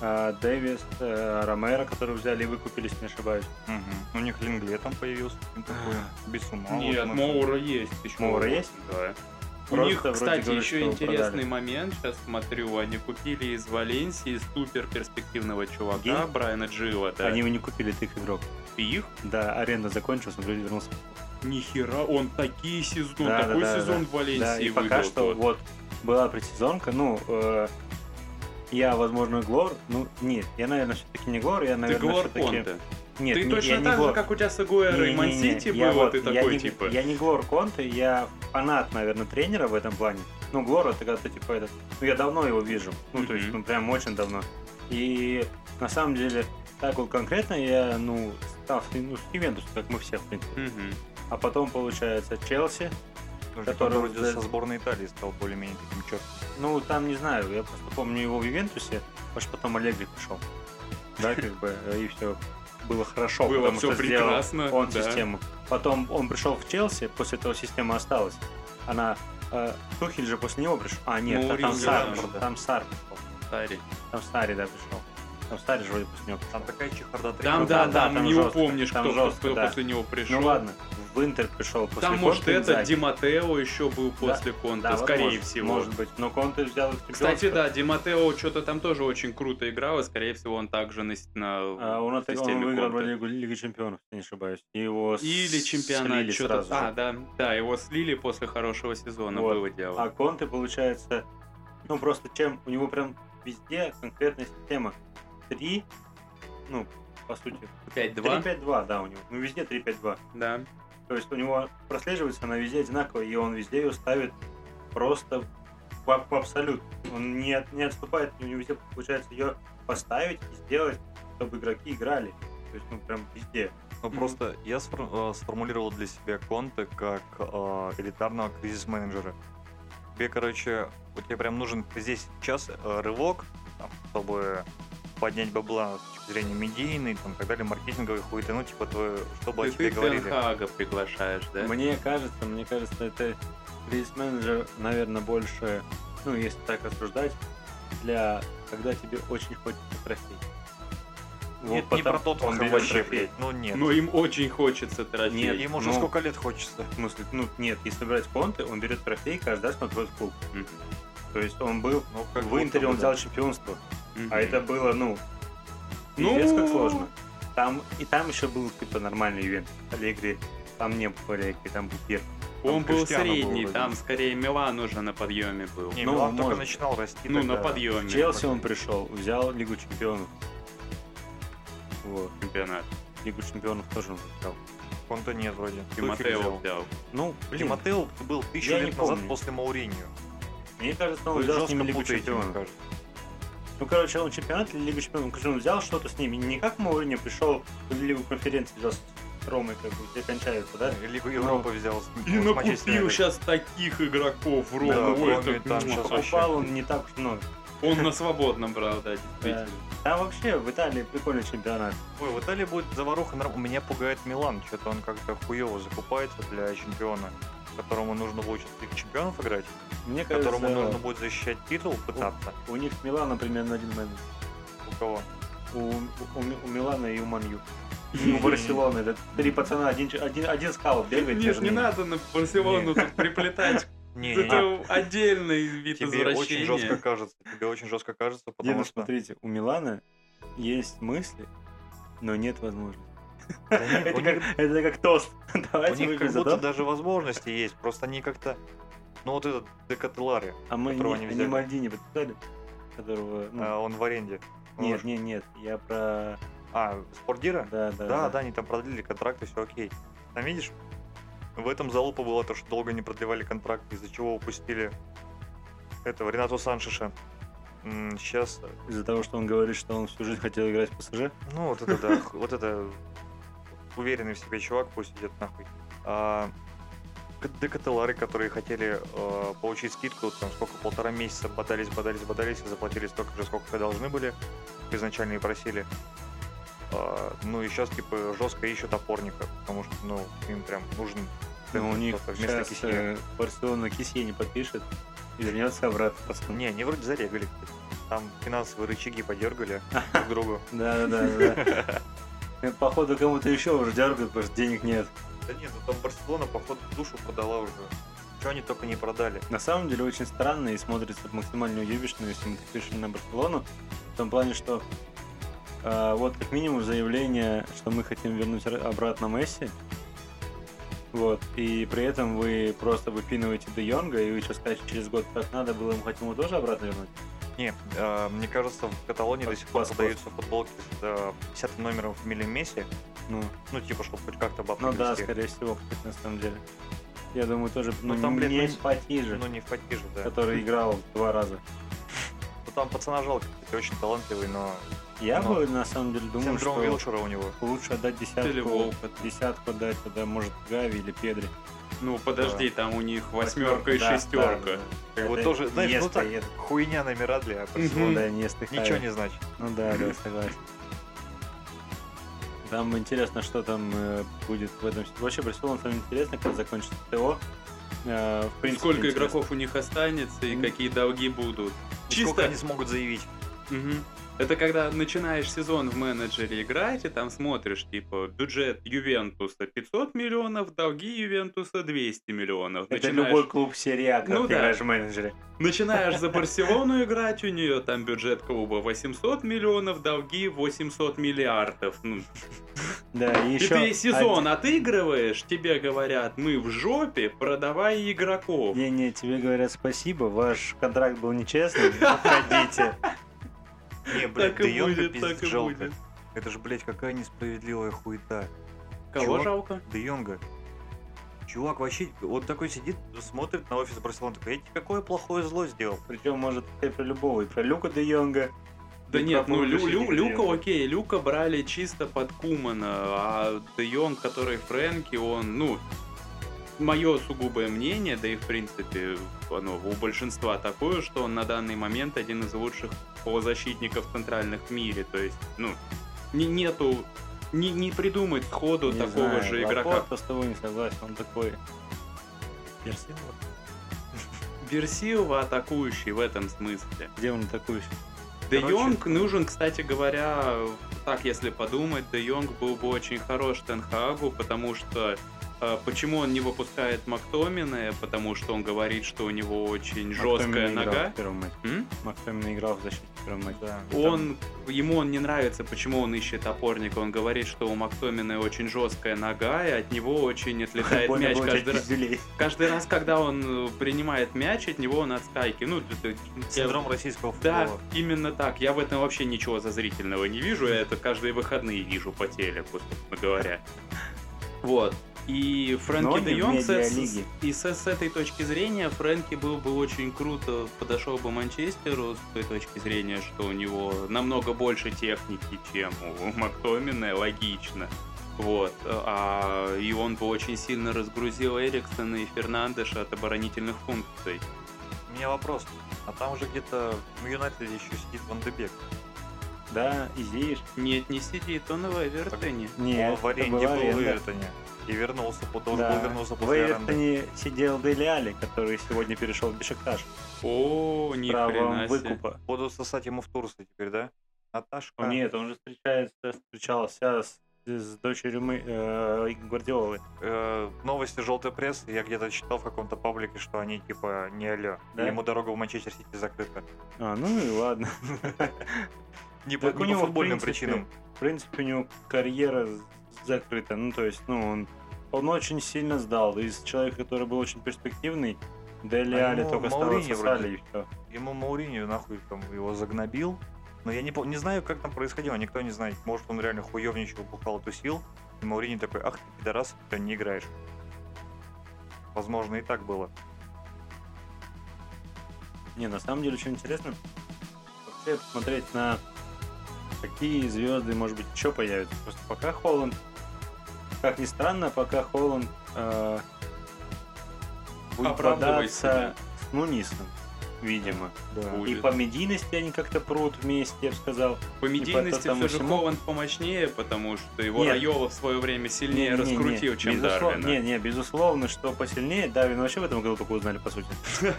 А, Дэвис, э, Ромеро, который взяли и выкупили, если не ошибаюсь. Мгм. У них Лингле там появился такой, без ума. Ну, вот ну, Нет, ну, мы- Моура есть. еще. Моура есть? Да. У Просто них, вроде кстати, говорят, еще что интересный продали. момент. Сейчас смотрю, они купили из Валенсии супер перспективного чувака Гей? Брайана Джива. Да. Они его не купили, ты их игрок. их Да, аренда закончилась, он вроде вернулся. нихера, он такие сезон, Да, да, такой да, сезон в Валенсии Да, и выиграл пока что тот. вот была предсезонка, ну, э, я, возможно, Глор, ну, нет, я, наверное, все-таки не Глор, я, Ты наверное, Глор все-таки... Конте. Нет, Ты не- я точно не так же, Глор. как у тебя с Агуэро и Не-не-не, Мансити я было, вот- ты я такой, не- типа, Я не Глор Конте, я фанат, наверное, тренера в этом плане. Ну, Глор это когда-то типа этот. Ну, я давно его вижу. Ну, то есть, Мгм. ну прям очень давно. И на самом деле, так вот конкретно я, ну, став ну, с Ювентус, как мы все, в принципе. «Мгм». А потом, получается, Челси. Тоже, который вроде за- со сборной Италии стал более-менее таким чёртым. Ну, там не знаю, я просто помню его в Ювентусе, потому что потом Олегри пошел. Да, как бы, и все было хорошо. было потому все что сделал прекрасно. он да. систему. Потом он пришел в Челси, после этого система осталась. Она э, Тухель же после него пришел. А, нет, Мауриньо, там Сар, да, пришел, да. там Сар пришел. Старик. Там Старий, да, пришел. Там Старий же вроде после него пришел. Там такая чехарда Там, тренеров. да, да, там, там не жестко, упомнишь, там кто жестко, кто да. после него пришел. Ну ладно, в Интер пришел после Там, может, Конте этот Инзаги. Диматео еще был после Конта, Да, скорее возможно, всего. Может быть, но Конте взял их в Кстати, чемпионство. да, Диматео что-то там тоже очень круто играл, и, скорее всего, он также на, с- на А, он, в это- он системе выиграл Конте. вроде Лигу- Лиги Чемпионов, если не ошибаюсь. И Его Или чемпионат, что-то. что-то. А, да, да, его слили после хорошего сезона, Вот. было дело. А Конте, получается, ну просто чем, у него прям везде конкретная система. 3, ну, по сути, 5-2, 3-5-2, да, у него. Ну, везде 3-5-2. да. То есть у него прослеживается она везде одинаковая, и он везде ее ставит просто в, аб- в абсолют. Он не, от- не отступает, у него везде получается ее поставить и сделать, чтобы игроки играли. То есть, ну, прям везде. Ну, Мгм. просто я сфор- э, сформулировал для себя Конте как э, элитарного кризис-менеджера. Тебе, короче, у тебя прям нужен здесь сейчас э, рывок, там, чтобы поднять бабла с точки зрения медийной, там, так далее, маркетинговой хуеты, ну, типа, твое, чтобы Ты, о тебе ты говорили. Тенхага приглашаешь, да? Мне кажется, мне кажется, это кризис-менеджер, наверное, больше, ну, если так рассуждать, для когда тебе очень хочется трофей. Нет, Вот не про потом тот он Ну, он берет вообще, трофей. блядь, ну, нет. Но им очень хочется тратить. Нет, Ему уже ну. сколько лет хочется. В смысле, ну, нет, если брать конты, он берет трофей каждый раз на твой клуб. Мгм. То есть он был Ну, как в будто Интере, бы, он да. взял чемпионство. Мгм. А это было, ну, Ну. пиздец, как сложно. Там, и там еще был какой-то нормальный ивент. Аллегри, там не было Аллегри, там был Пир. Он там был Криштиану средний, было, да. там скорее Милан уже на подъеме был. Не, ну, Милан только может. начинал расти. ну, на тогда. подъеме. В Челси он пришел, взял Лигу Чемпионов. Вот. чемпионат. Лигу Чемпионов тоже он взял. Конте нет, вроде. Тухель Тимотео взял. взял. Ну, блин, Тимотео был тысячу Я не лет назад помню. после Мауриньо. мне кажется, он Вы взял с жестко ними Лигу путаете, мне Чемпионов. кажется. Ну, короче, он чемпионат или Лигу Чемпионов. Короче, он взял что-то с ними. Не как Мауриньо пришел в Лигу конференции взял с Ромой, как бы, где кончаются, да? Лигу Европы Э, взял. с- И с Манчестер накупил Юнайтед. сейчас таких игроков в Рому. Да, Ой, Роме это- там ну, щас он- вообще. Покупал он не так уж много. Он на свободном брал, да, действительно. Там вообще в Италии прикольный чемпионат. Ой, в Италии будет заваруха. норм- Меня пугает Милан. Что-то он как-то хуево закупается для чемпиона, которому нужно будет Лиг чемпионов играть, Мне которому нужно кажется, будет защищать титул, пытаться. у них с Миланом примерно один менеджер. У кого? У, у- у Милана и у Манью. И у Барселоны. Это три пацана, один, ч- один, один скаут бегает. Миш, между не ними. надо на Барселону тут приплетать. Не, не, не. Это отдельный вид Тебе очень жестко извращения. кажется. Тебе очень жестко кажется, Деда, потому что... смотрите, у Милана есть мысли, но нет возможности. Да нет, у Это них- как, это как тост. у Давайте них выпьем как за будто тост. даже возможности есть. Просто они как-то... Ну вот этот Декателлари, А мы не, которого они они взяли. Мальдини подписали, которого... ну, а, он в аренде. Нет, Ложь. нет, нет, я про... А, Спортдира? Да, да, Да, да, они там продлили контракт, и все окей. Там видишь, в этом залупа была то, что долго не продлевали контракт, из-за чего упустили этого Ренату Саншиша. Сейчас, Из-за того, что он говорит, что он всю жизнь хотел играть в ПСЖ. ну вот это да, х- вот это уверенный в себе чувак, пусть идет нахуй. А, к- Декателары, которые хотели э, получить скидку, там сколько, полтора месяца бодались, бодались, бодались, и заплатили столько же, сколько должны были, как изначально и просили. А, ну и сейчас, типа, жестко ищут опорника, потому что, ну, им прям нужен Но Ну, у центр них кто-то вместо сейчас Кисье. э, Барселона Кисье не подпишет и вернется обратно, пацан. Не, они вроде зарегали. кстати. Там финансовые рычаги подергали друг другу. Да, да, да. да. Э, Походу кому-то еще уже дергают, потому что денег нет. Да нет, ну там Барселона, походу, душу продала уже. Чего они только не продали. На самом деле очень странно и смотрится максимально уебищно, если мы пишем на Барселону. В том плане, что э, вот как минимум заявление, что мы хотим вернуть р- обратно Месси. Вот. И при этом вы просто выпинываете Де Йонга, и вы что скажете, через год так надо было, мы хотим его тоже обратно вернуть. Не, э, мне кажется, в Каталонии до сих пор Пас-пас. продаются футболки с э, 50 номером фамилии Месси. Ну, Ну, типа, чтобы хоть как-то бабки ну да, вести. скорее всего, кстати, на самом деле. Я думаю, тоже, ну, Ну, там, блин, не Месси- Патиже, Ну, не в потиже, да. который играл два раза. Ну, там пацана жалко, кстати, очень талантливый, но Я Ну, бы, на самом деле, думаю, синдром что Вилшера у него. лучше отдать десятку. Или Волка. десятку дать тогда, может, Гави или Педри. Ну подожди, там у них восьмерка и Да, шестерка. да, да. Как бы Это тоже, знаешь, ну Иньеста, так, Иньеста. хуйня на Мирадли, а Ну Барселона да, Иньеста и Хави. ничего не значит. Ну да, да, согласен. Там интересно, что там э, будет в этом... с- Вообще, Барселона, там интересно, как закончится ТО. Э, в принципе, Сколько интересно. игроков у них останется и Мгм. какие долги будут. И Сколько Чисто- они смогут заявить? Мгм. Это когда начинаешь сезон в менеджере играть, и там смотришь, типа, бюджет Ювентуса 500 миллионов, долги Ювентуса 200 миллионов. Это Начинаешь- любой клуб серии А, когда Ну ты да. играешь в менеджере. Начинаешь за Барселону играть, у нее там бюджет клуба 800 миллионов, долги 800 миллиардов. Ну, Да, и и еще... ты сезон отыгрываешь, тебе говорят, мы в жопе, продавай игроков. Не-не, тебе говорят спасибо, ваш контракт был нечестный, ну, уходите. Не, блядь, Так Де и Йонга будет, пиздец так и жалко. будет. Это же, блядь, какая несправедливая хуета. Кого Чувак, жалко? Де Йонга. Чувак вообще, вот такой сидит, смотрит на офис Барселоны, такой, я тебе какое плохое зло сделал. Причем, может, и про любого, и про Люка Де Йонга. Да и нет, про ну Лю- Пулишича Лю- Де Люка, Йонга. окей, Люка брали чисто под Кумана, а Де Йонг, который Фрэнки, он, ну, мое сугубое мнение, да и в принципе оно у большинства такое, что он на данный момент один из лучших полузащитников центральных в мире, то есть, ну, не, нету, не, не придумать сходу Не такого знаю, а же игрока. Лапорта с тобой не согласен, он такой... Персидор? Берсилова атакующий в этом смысле. Где он атакующий? Де Короче- Йонг нужен, кстати говоря, так если подумать, Де Йонг был бы очень хорош Тенхагу, потому что э, почему он не выпускает Мактомина, потому что он говорит, что у него очень жесткая Мактомин играл нога. В первом матче. М? Мактомин играл в защите в первом матче. Да. Он, ему он не нравится, почему он ищет опорника. Он говорит, что у Мактомина очень жесткая нога, и от него очень отлетает Больно мяч было каждый взять раз. пизделей. Каждый раз, когда он э, принимает мяч, от него он отскайки. Ну, это- Синдром российского Да, футбола. именно так. Я в этом вообще ничего зазрительного не вижу. Я это каждые выходные вижу по телеку, собственно говоря. Вот. И Но Фрэнки не де в Йонг с- медиалиге. и с, с этой точки зрения Фрэнки был бы очень круто подошел бы Манчестеру с той точки зрения, что у него намного больше техники, чем у Мактомина, логично. Вот. А, и он бы очень сильно разгрузил Эриксона и Фернандеша от оборонительных функций. У меня вопрос. А там же где-то в Юнайтеде еще сидит Ван де Бек. Да, и Зииш. Нет, не сидит, он в Эвертоне. Он Нет, в аренде был в Эвертоне. И вернулся, потом Да. был вернулся В после аренды. Эвертоне сидел Дели Али, который сегодня перешел в Бешикташ. О, ни Правом хрена себе. выкупа. Буду сосать ему в Турции теперь, да? Наташка. О, Нет, он же встречается, встречался с, с дочерью мы, э, Гвардиолы. Э, новости желтой прессы. Я где-то читал в каком-то паблике, что они типа не алё. Да? Ему дорога в Манчестер Сити закрыта. А, ну и ладно. Не по, Так у не по него, в футбольным принципе, причинам. В принципе, у него карьера з- закрыта. Ну, то есть, ну, он, он очень сильно сдал. Из человека, который был очень перспективный, Дели А Али ему только Мауриньо стало сосали вроде. и все. Ему Мауриньо нахуй там его загнобил. Но я не, пом- не знаю, как там происходило, никто не знает. Может, он реально хуевничал, бухал, тусил. И Маурини такой, ах ты, пидорас, ты не играешь. Возможно, и так было. Не, на самом деле, очень интересно вообще посмотреть на какие звезды, может быть, еще появятся. Просто пока Холланд, как ни странно, пока Холланд э, будет Оправдывает бодаться с Нунисом, видимо. И Ну, Будет. по медийности они как-то прут вместе, я бы сказал. По медийности потому все же всему- Холланд помощнее, потому что его Нет. Райола в свое время сильнее Не-не-не, раскрутил, чем безусловно- Дарвина. Не, не, безусловно, что посильнее. Дарвина вообще в этом году только узнали, по сути.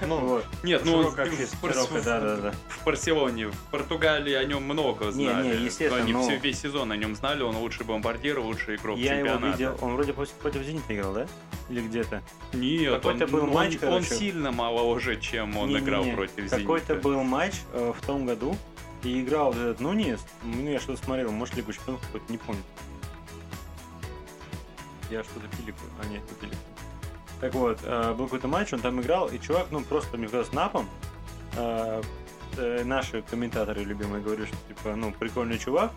Ну вот, Нет, ну широкая в- общественность, в, Барс- широкая, да, да, да. в Барселоне, в Португалии о нем много Не, не, знали. естественно, Они но- все весь сезон о нем знали, он лучший бомбардир, лучший игрок Я его чемпионата. видел, он вроде против, против Зенита играл, да? Или где-то? Нет, Какой-то он, ну, был он- матч, он короче. сильно моложе, чем он Не-не-не, играл против Какой-то Зенита. был матч э, в том году, и играл вот этот Нунис. Ну, я что-то смотрел, может, Лигу Чемпионов какой-то, не помню. Я что-то пилику. А, нет, не пилику. Так вот, э, был какой-то матч, он там играл, и чувак, ну, просто, мне казалось, напом. Э, э, наши комментаторы любимые говорили, что, типа, ну, прикольный чувак,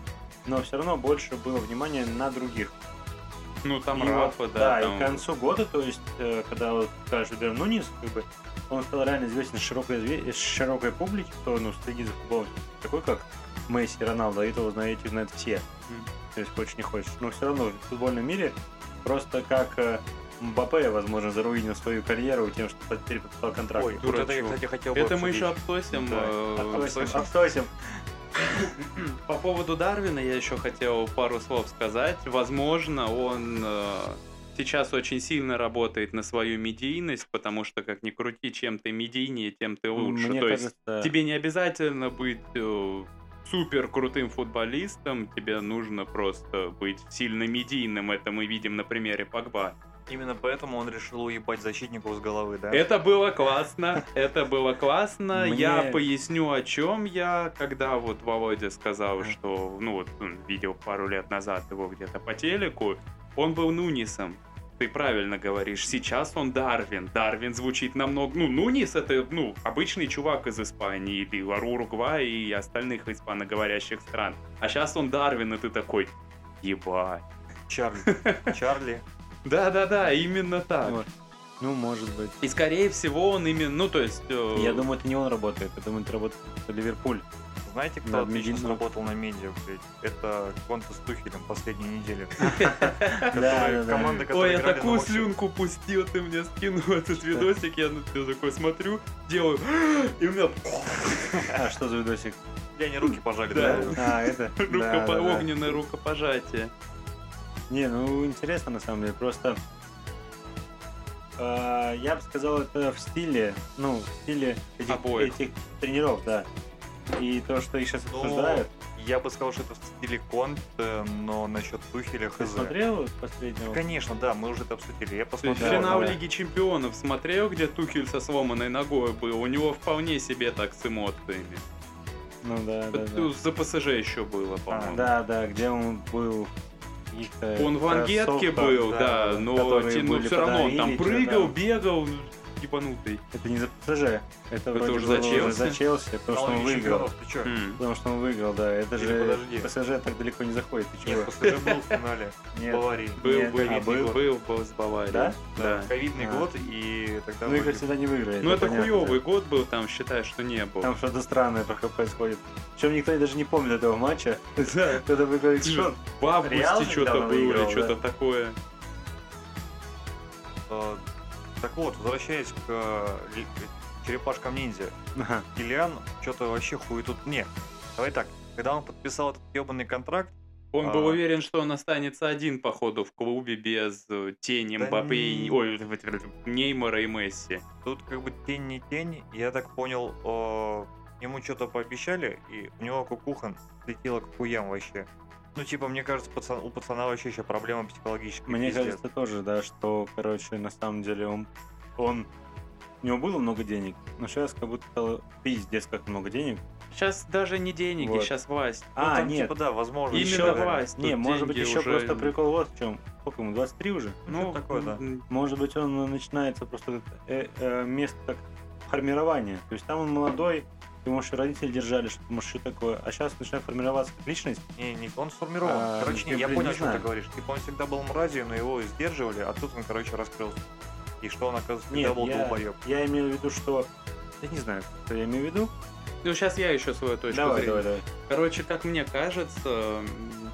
но все равно больше было внимания на других. Ну там И вот, Рафа, да. там- и к концу года, то есть, э, когда вот даже Дэн Нунис, как бы, он стал реально известен широкой, изве- широкой публике, кто ну, следит за футболом, такой как Месси, Роналдо, и того знаете, знают все. Мгм. То есть хочешь не хочешь. Но все равно в футбольном мире просто как э, Мбаппе, возможно, заруинил свою карьеру тем, что теперь подписал контракт. Ой, вот это я, дурачок. кстати, хотел бы Это мы еще обсудить. обсосим. Да. А э, Отсосим, обсосим. отсосим. По поводу Дарвина я еще хотел пару слов сказать. Возможно, он э, сейчас очень сильно работает на свою медийность, потому что, как ни крути, чем ты медийнее, тем ты лучше. Мне То есть кажется, тебе не обязательно быть э, супер крутым футболистом, тебе нужно просто быть сильно медийным. Это мы видим на примере Погба. Именно поэтому он решил уебать защитников с головы, да? Это было классно, это было классно. Мне- Я поясню, о чем я, когда вот Володя сказал, что, ну вот, он видел пару лет назад его где-то по телеку, он был Нунисом. Ты правильно говоришь, сейчас он Дарвин. Дарвин звучит намного... Ну, Нунис это, ну, обычный чувак из Испании, или Уругвая и остальных испаноговорящих стран. А сейчас он Дарвин, и ты такой, ебать. Чарли. Чарли. Да-да-да, именно так. Вот. ну, может быть. И, скорее всего, он именно... Ну, то есть... э, Я думаю, это не он работает, я думаю, это работает Ливерпуль. Знаете, кто Над отлично медийным. сработал на медиа? блядь? Это Конта с Тухелем последней недели. Да, да, да. Команда, Ой, которая я играли на такую Моксе. слюнку пустил, ты мне скинул этот видосик, я на тебя такой смотрю, делаю, и у меня А что за видосик? Я не руки пожали, Да. да? А, это... да, да, рукопо- да. огненное рукопожатие. Не, ну интересно на самом деле, просто э, я бы сказал это в стиле, ну, в стиле этих, Обоих. этих тренеров, да. И то, что их сейчас Ну, обсуждают. Я бы сказал, что это в стиле Конт, э, но насчет Тухеля Ты хз. смотрел последнего? Конечно, да, мы уже это обсудили. Я То есть посмотрел. финал да. Лиги Чемпионов смотрел, где Тухель со сломанной ногой был, у него вполне себе так с эмоциями. Ну да, да, Это да. А, За ПСЖ еще было, по-моему. Да, да, где он был. в каких-то Он в ангетке кроссовках, был, да, но которые те- но были все равно он там подарили, прыгал, да. бегал, ну, ебанутый. Это не за ПСЖ, это, вроде уже было за Челси. А, за Челси, потому что он Лиги выиграл. Чемпионов, ты чё? М. Потому что он выиграл, да. Это Или же подожди. ПСЖ так далеко не заходит, ты чего? Нет, ПСЖ был в финале. Нет. Баварии. Был, Нет, был, а, был, был? был, был с Баварией. Да? Да. Ковидный А. год, и тогда... Ну, их были- всегда не выиграет. Ну это понятно. хуёвый год был, там считай, что не было. Там что-то странное только происходит. Причем никто даже не помнит этого матча. Да. Кто-то выиграет Ты что? В Реал августе что-то же недавно было или выиграл, да. что-то такое. Э, Так вот, возвращаясь к э, ли- к черепашкам ниндзя. Ага. Ильян что-то вообще хуй тут не. Давай так, когда он подписал этот ебаный контракт, Он А. был уверен, что он останется один, походу, в клубе без э, тени Да Мбаппе, не- и- ой, Неймара и Месси. тут как бы тень не тень, я так понял, э, ему что-то пообещали, и у него кукуха слетела к хуям вообще. Ну, типа, мне кажется, пацан- у пацана вообще еще проблема психологическая. Мне пиздец. кажется тоже, да, что, короче, на самом деле он... он у него было много денег, но сейчас как будто стало пиздец как много денег. Сейчас даже не деньги, Вот. сейчас власть. Ну, а, там, нет, типа, да, возможно. Именно ещё, да. власть. не, тут может быть деньги еще уже- просто прикол вот в чем. Сколько ему, 23 уже? Ну, такое, да. м, Может быть, он начинается просто как э, э, место как формирования. То есть там он молодой, Ты можешь и родители держали, что ты можешь еще такое. А сейчас начинает формироваться как личность. Не, не, он сформирован. А, короче, не, я, я блин, понял, не о чем ты знаю. говоришь. Типа он всегда был мразью, но его сдерживали, а тут он, короче, раскрылся. И что он, оказывается, всегда Нет, был я, долбоеб. я имею в виду, что... Я не знаю, что я имею в виду. Ну, сейчас я еще свою точку Давай, зрения. давай, давай. Короче, как мне кажется, м,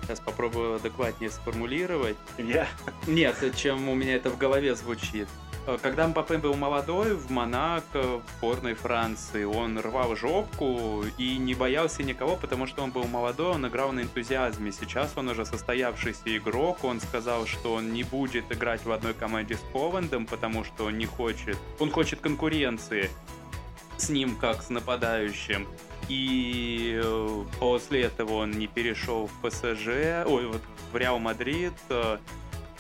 сейчас попробую адекватнее сформулировать. Я... Нет, чем у меня это в голове звучит. Э, Когда Мбаппе был молодой, в Монако, в сборной Франции, он рвал жопку и не боялся никого, потому что он был молодой, он играл на энтузиазме. Сейчас он уже состоявшийся игрок, он сказал, что он не будет играть в одной команде с Холландом, потому что он не хочет. Он хочет конкуренции с ним, как с нападающим. И э, после этого он не перешел в ПСЖ, ой, вот в Реал Мадрид, э,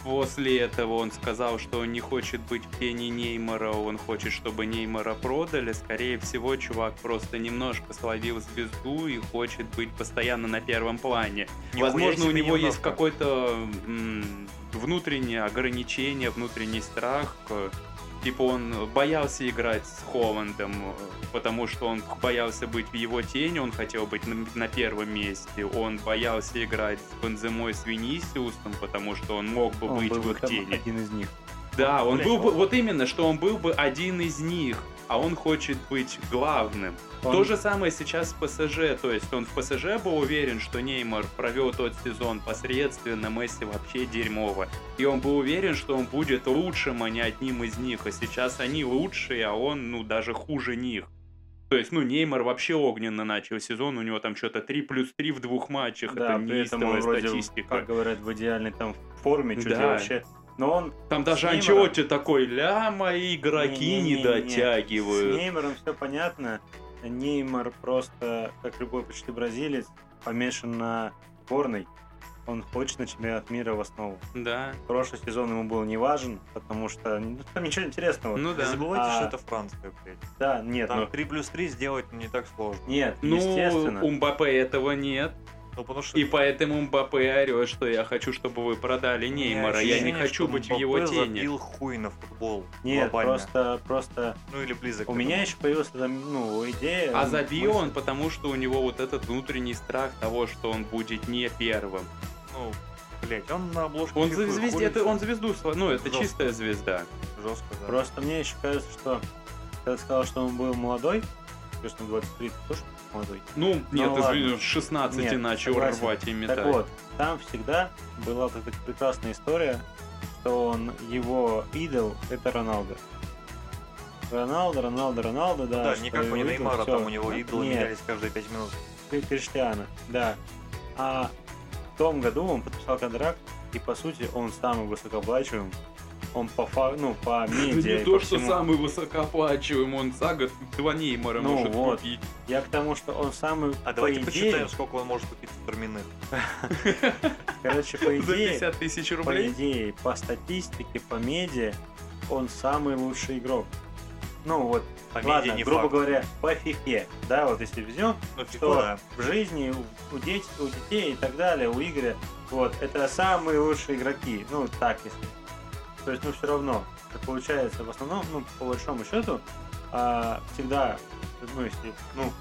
После этого он сказал, что он не хочет быть в тени Неймара, он хочет, чтобы Неймара продали. Скорее всего, чувак просто немножко словил звезду и хочет быть постоянно на первом плане. Нихуя Возможно, у себе него есть немножко. какое-то м, внутреннее ограничение, внутренний страх. э, Типа он боялся играть с Холландом, э, потому что он боялся быть в его тени, он хотел быть на, на первом месте. Он боялся играть с Бенземой, с Винисиусом, потому что он мог бы Он быть был в бы их там тени. один из них. Да, он Блин, был бы, он- вот именно, что он был бы один из них, а он хочет быть главным. Он- То же самое сейчас в ПСЖ, то есть он в ПСЖ был уверен, что Неймар провел тот сезон посредственно, Месси вообще дерьмово. И он был уверен, что он будет лучшим, а не одним из них, а сейчас они лучшие, а он, ну, даже хуже них. То есть, ну, Неймар вообще огненно начал сезон, у него там что-то 3 плюс 3 в двух матчах, Да, это при этом он неистовая вроде, статистика. как говорят, в идеальной там форме, чуть ли Да. вообще. Но он Там С даже Неймаром- Анчелотти такой, ля, мои игроки не, Не-не-не-не-не. С дотягивают. Неймаром все понятно. Неймар просто, как любой почти бразилец, помешан на сборной. Он хочет на чемпионат мира в основу. Да, Прошлый сезон ему был не важен, потому что ну, там ничего интересного. ну Не да. забывайте, А. что это Франция, блядь. Да, нет, Там ну, 3 плюс 3 сделать не так сложно. нет, естественно. Ну, у Мбаппе этого нет, Ну, потому что... и поэтому Мбаппе орет, что я хочу, чтобы вы продали у меня Неймара, я не ощущение, хочу что быть в его Мбаппе тени. забил хуй на футбол. Нет, глобально. просто, просто Ну, или близок. у к меня этому. еще появилась эта, ну, идея. А м, забил мысль. он, потому что у него вот этот внутренний страх того, что он будет не первым. Ну, блядь, он на обложке... Он, FIFA за звезд- ходит, это, он звезду, сла- ну это Жестко. чистая звезда. Жестко, да. Просто мне еще кажется, что когда ты сказал, что он был молодой, то есть он 23, ты тоже молодой. Ну, нет, ладно. извини, с 16 Нет, начал согласен. рвать и метать. Так вот, там всегда была вот эта прекрасная история, что он, его идол — это Роналдо. Роналдо, Роналдо, Роналдо, да. Да, что не как у его идол, Неймара, всё. там у него идолы Нет, менялись каждые 5 минут. Кри- Криштиана, да. А в том году он подписал контракт, и, по сути, он самый высокооплачиваемый. Он по фа- ну, по медиа не и то, по что всему. самый высокооплачиваемый, он за год два Неймара Ну может вот. купить. Я к тому, что он самый, А по давайте идее, посчитаем, сколько он может купить терминых. короче, по За идее, 50 тысяч по рублей? идее, по статистике, по медиа, он самый лучший игрок. Ну вот, По медиа ладно, не грубо факт. говоря, по фифе, да, вот если возьмем Ну, FIFA, что? да. в жизни у, у деть- у детей и так далее, у Игоря, вот, это самые лучшие игроки, ну так если. То есть, ну все равно, как получается, в основном, ну по большому счету, а, всегда, ну если, ну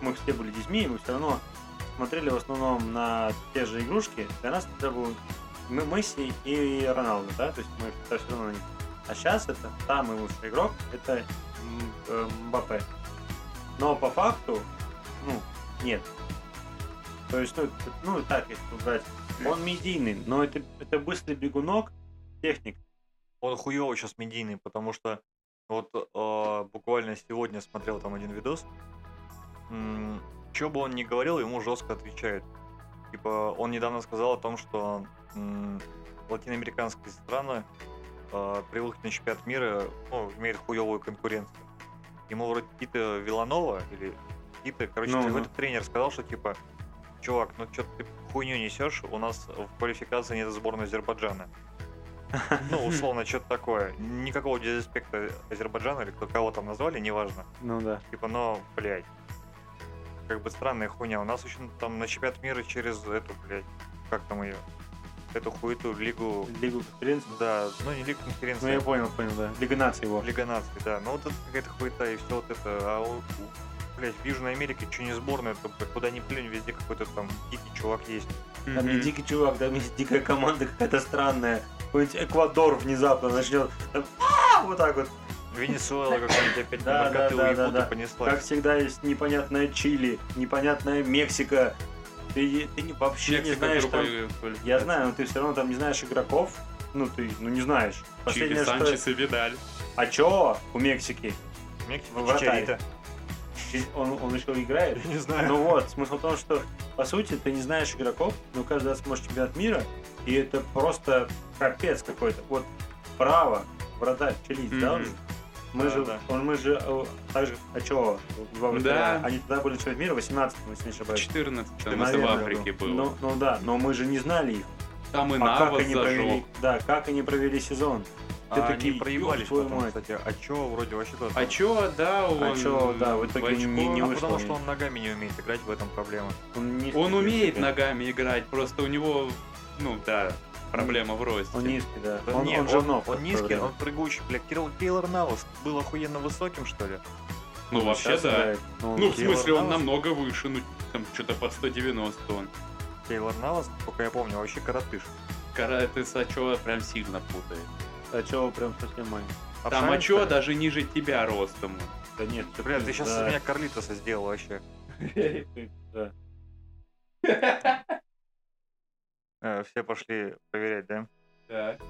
мы все были детьми, мы все равно смотрели в основном на те же игрушки, для нас это был М- Месси и Роналду, да, то есть мы все равно на них. А сейчас это самый лучший игрок, это М- э, Мбаппе. Но по факту, ну, нет. То есть, ну, это- ну так, если убрать, он медийный, но это, это быстрый бегунок, техник. Он хуёво сейчас медийный, потому что вот э, буквально сегодня смотрел там один видос. Что бы он ни говорил, ему жестко отвечают. Типа, он недавно сказал о том, что м, латиноамериканские страны э, при выходе на чемпионат мира ну, имеют хуевую конкуренцию. Ему вроде Кита Виланова или Кита, короче, Ну, какой-то тренер сказал, что типа, чувак, ну что ты хуйню несешь, у нас в квалификации нет сборной Азербайджана. Ну, условно, что-то такое. Никакого дезинспекта Азербайджана или кто кого там назвали, неважно. Ну да. Типа, но, блядь, как бы странная хуйня. У нас очень там на чемпионат мира через эту, блядь, как там ее, эту хуету лигу, Лигу конференции. да, ну не лигу Ну я конференции, понял, понял, да. Лига нации его. а лига наций, да. Ну вот это какая-то хуета и все вот это. А у- у- блядь, в Южной Америке что не сборная, то блядь, куда ни плюнь, везде какой-то там дикий чувак есть. Там не дикий чувак, там есть дикая команда какая-то странная. Какой-нибудь Эквадор внезапно начнет там, «А!» вот так вот. Венесуэла какая-нибудь опять Да, на наркоты да, да, уебут да, да. и понеслась. Как всегда есть непонятная Чили, непонятная Мексика. Ты, ты не- вообще не знаешь там... э, Я знаю, но ты все равно там не знаешь игроков. Ну, ты ну, не знаешь. Чили, Последнее, что- Санчес и Видаль. А чё у Мексики? Мексика, Вратарь. Чичарита. Чи- Он, он еще играет? не знаю. Ну вот, смысл в том, что по сути ты не знаешь игроков, но каждый раз можешь чемпионат мира, и это просто капец какой-то. Вот право вратарь Челиз, да? он Мгм. же? Мы Да, же, да. он, мы же, э, так же, а чё, два вратаря, Да. они тогда были чемпионат мира 18 если не ошибаюсь. 14 это в Наверное, Африке был. Ну, ну да, но мы же не знали их. там и а как Навас они провели? зажег. Да, как они провели сезон? Ты А такие, они проебались «Ёб твою потом, мать». кстати. А чё, вроде вообще то А чё, да, он... чё, да, в итоге очко. не- не а вышло у потому что них. он ногами не умеет играть, в этом проблема. Он, не- Он умеет ногами играть, просто у него, ну да, проблема в росте. Он низкий, да. Да он, не, он же ног он в то низкий, время. он прыгучий. Бля, Кирилл Кейлор Навас был охуенно высоким, что ли? Ну вообще Сейчас да. играет. Ну, в Кейлор смысле, он Навас- намного выше, ну, там, что-то под 190 он. Кейлор Навас, пока я помню, вообще коротыш. Карате Сачо прям сильно путает. А чё, прям совсем маленький. Там Обшаришь, Ачо что ли? даже ниже тебя ростом. Да нет, всё Бля, ты пизда. сейчас из меня Карлитоса сделал вообще. Да. Э, Все пошли проверять, да? Так.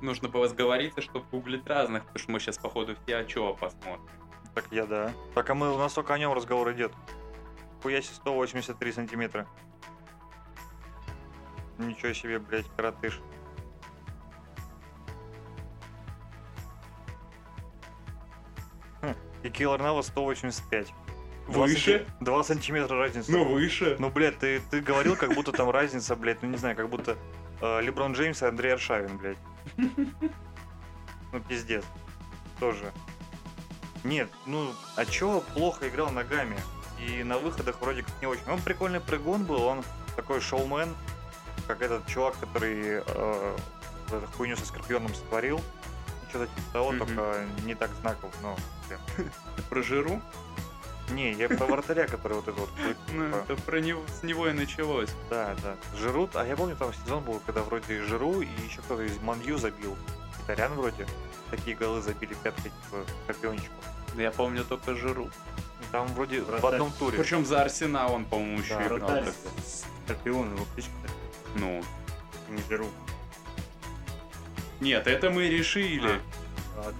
Нужно бы возговориться, чтобы гуглить разных, потому что мы сейчас, походу, все Ачо посмотрим. Так я да. Так а мы, у нас только о нем разговор идет. Хуяси 183 сантиметра. Ничего себе, блядь, коротыш. Хм, И Кейлор Навас 185. Два Выше? санти- Два сантиметра разница. Ну, выше. Ну, блядь, ты, ты говорил, как будто там разница, блядь, ну не знаю, как будто э, Леброн Джеймс и Андрей Аршавин, блядь. Ну, пиздец. Тоже. Нет, ну, а чё плохо играл ногами? И на выходах вроде как не очень. Он прикольный прыгун был, он такой шоумен, как этот чувак, который э, вот эту хуйню со Скорпионом сотворил. Что-то типа того, Мгм. только не так знаков, но... блин. Про жиру? Не, я про вратаря, который вот этот вот... Ну, типа, это про него, с него и началось. Да, да. Жиру, а я помню, там сезон был, когда вроде и Жиру и еще кто-то из Манью забил. Китарян вроде. Такие голы забили пяткой, типа, копиончику. Я помню только жиру. Там вроде в Вратарь. одном туре. Причем за Арсенал он, по-моему, еще Да, играл. Вратарь так. с- Скорпион, его кличка Ну. не Жиру. Нет, это мы решили. А, Ладно.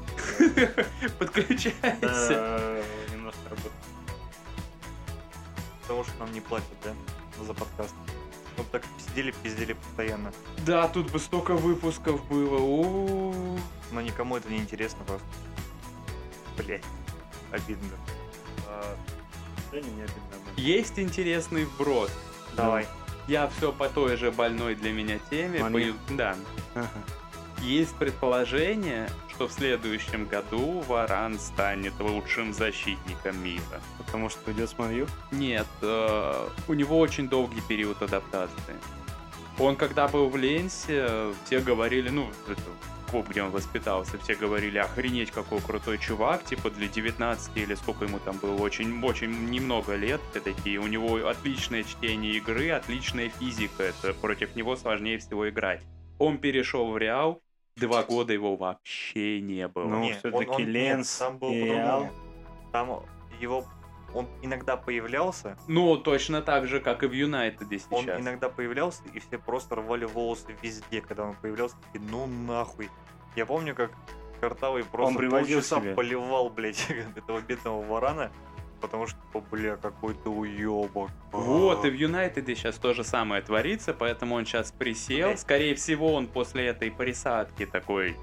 А. Подключайся. Да, Немножко работает. Потому что нам не платят, да? За подкаст. Мы бы так сидели, пиздели постоянно. Да, тут бы столько выпусков было. У-у-у. Но никому это не интересно просто. Блять. Обидно. А, Да не, не обидно. мы- Есть интересный вброс. Давай. Я все по той же больной для меня теме. Мани. Пою- Да. Ага. Есть предположение, что в следующем году Варан станет лучшим защитником мира. Потому что идет с Манью. Нет, э, у него очень долгий период адаптации. Он когда был в Ленсе, э, все говорили, ну, это, клуб, где он воспитался, все говорили, охренеть, какой крутой чувак, типа для 19 или сколько ему там было, очень, очень немного лет, все такие, у него отличное чтение игры, отличная физика, это против него сложнее всего играть. Он перешел в Реал, два года его вообще не было. Ну, Не, всё-таки он- он- нет, Ленс там был и по-другому. Там его... Он иногда появлялся, Ну, точно так же, как и в Юнайтеде сейчас. Он иногда появлялся, и все просто рвали волосы везде, когда он появлялся, такие, ну нахуй. Я помню, как Картавый просто привозил полчаса себе. поливал, блядь, этого бедного варана, потому что, типа, бля, какой ты уебок. Вот, и в Юнайтеде сейчас то же самое творится, поэтому он сейчас присел. Блядь. Скорее всего, он после этой присадки такой...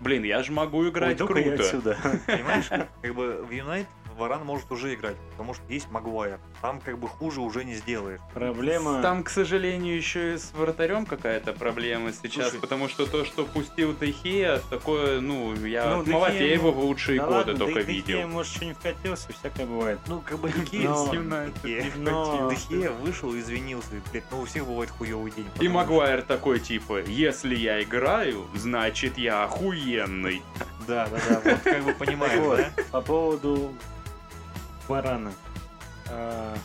Блин, я же могу играть Уйду-ка я круто. отсюда. Понимаешь, как бы в Юнайт Варан может уже играть, потому что есть Магуайр. Там как бы хуже уже не сделаешь. Проблема... Там, к сожалению, еще и с вратарем какая-то проблема сейчас, Слушай. потому что то, что пустил Дехия, такое, ну, я Ну, от Дехея, Малафеева ну, в лучшие Да годы ладно, только да и ты видел. хер, может, что не вкатился, всякое бывает. Ну, как бы Но- Дехе но- Дехе вышел, извинился, и, блядь, ну у всех бывает хуёвый день. И потому Магуайр такой, типа, если я играю, значит я охуенный. что- Да, да, да. Вот как бы Так вот, понимаешь, да? По поводу Барана. А,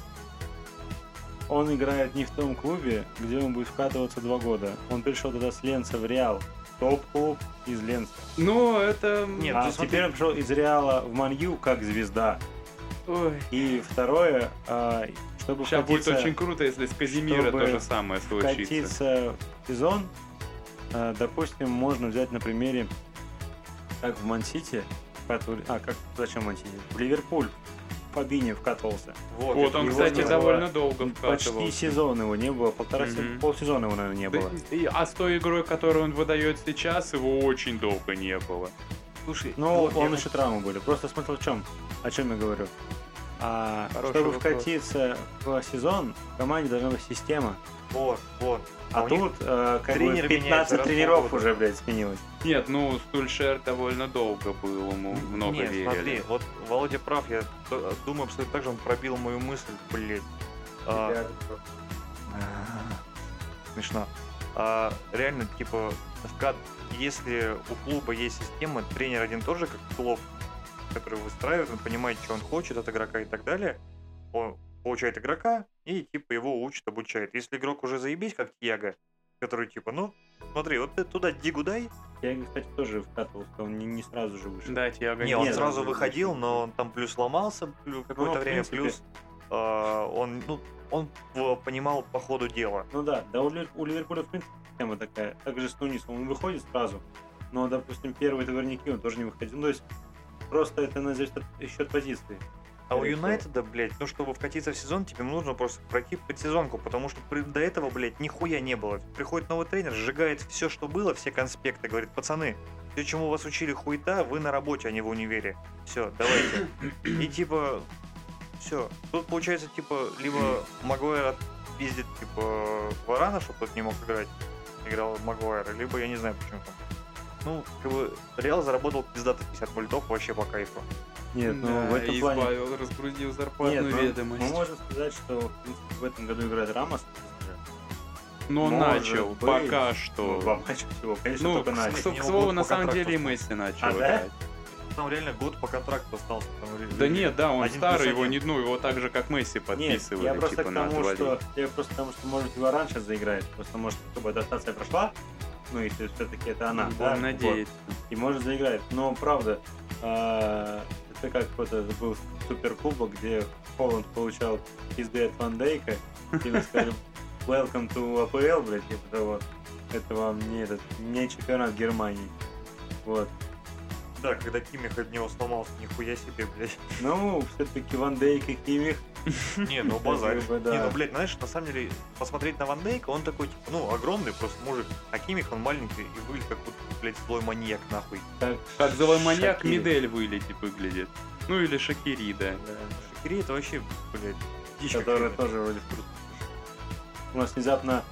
Он играет не в том клубе, где он будет вкатываться два года. Он пришел туда с Ленца в Реал. Топ-клуб из Ленца. Ну, это... Нет, а ты смотри. теперь он пришел из Реала в Манью как звезда. Ой. И второе, а, чтобы Сейчас будет вкатиться- очень круто, если с Казимира чтобы то же самое случится. катиться в сезон, э, допустим, можно взять на примере, как в Мансити, вкатывали- а как зачем Мансити? В Ливерпуль Фабини вкатывался. Вот он, его кстати, не довольно долго Почти вкатывался. сезон его не было, полтора Мгм. сезона, полсезона его, наверное, не Да, было. и- А с той игрой, которую он выдает сейчас, его очень долго не было. Слушай, Ну, вот он я- еще травмы были. Просто смысл в чем? О чем я говорю? А, Хороший чтобы вопрос. вкатиться в сезон, в команде должна быть система. Вот, вот. А, у них- тут э, как бы тренер меняется 15 раз в тренеров полгода. уже, блядь, сменилось. Нет, ну Стульшер довольно долго был, ему много Нет, смотри, верили. вот Володя прав, я т- думаю, абсолютно так же он пробил мою мысль, блядь. А, Смешно. А, реально, типа, в кад- если у клуба есть система, тренер один тоже, как клуб, который выстраивает, он понимает, что он хочет от игрока и так далее, он получает игрока и, типа, его учит, обучает. Если игрок уже заебись, как Яга, который, типа, ну, смотри, вот ты туда дигу дай, Я, кстати, тоже вкатывался, он не, не сразу же вышел. Да, Тиаго Не, он Нет, сразу он- выходил, но он там плюс ломался плю- какое-то в время, принципе. плюс э, он, ну, он э, понимал по ходу дела. Ну да, да у, Лив- у Ливерпуля в принципе тема такая. Так же с Тунисом, он выходит сразу, но, допустим, первые договорники он тоже не выходил. Ну, то есть просто это на зависит от, еще от позиции. А у Скорее всего. Юнайтеда, блядь, ну чтобы вкатиться в сезон, тебе нужно просто пройти предсезонку, потому что при- до этого, блядь, нихуя не было. Приходит новый тренер, сжигает все, что было, все конспекты, говорит, пацаны, все, чему вас учили хуета, вы на работе, а не в универе. Все, давайте. И типа, все. Тут получается, типа, либо Магуайр пиздит, типа, Варана, чтобы тот не мог играть, играл Магуайр, либо я не знаю почему там. Ну, как бы, Реал заработал пиздато 50 мультов вообще по кайфу. Нет, Да, ну в этом плане... избавил, разгрузил зарплатную Нет, ну, мы ведомость. можем сказать, что в, принципе, в этом году играет Рамос. Но может начал, быть. пока Ну, что. Два матча всего, конечно, Ну, только к, начал. к- Не к могу слову, на по самом контракту. деле и Месси начал А, да? играть. Там реально год по контракту остался. там, ре- Да ре- нет, да, он Один старый, плюс его один. не, ну, его так же, как Месси Нет, подписывали, я просто типа, к на тому, два что я просто к тому, что может его раньше заиграет, просто может, чтобы адаптация прошла, ну если все-таки это она, Будем да, вот. надеяться. и может заиграть. Но правда, э, это как вот это был суперкубок, где Холланд получал пизды от Ван Дейка, и мы сказали Welcome to APL, блядь, типа того. Это вам не этот, не чемпионат Германии. Вот. Да, когда Кимих от него сломался, нихуя себе, блядь. Ну, все-таки Ван Дейк и Кимих. Не, ну Как базарь. бы, да. Не, ну, блядь, знаешь, на самом деле, посмотреть на Ван Дейка, он такой, типа, ну, огромный просто мужик. А Кимих, он маленький и выглядит как будто, блядь, злой маньяк, нахуй. Так, Как злой маньяк Шакири. Мидель вылетит, выглядит. Ну или Шакири, да. да. Шакири это вообще, блядь, дичь Который какая-то. тоже вроде в Турции. У нас внезапно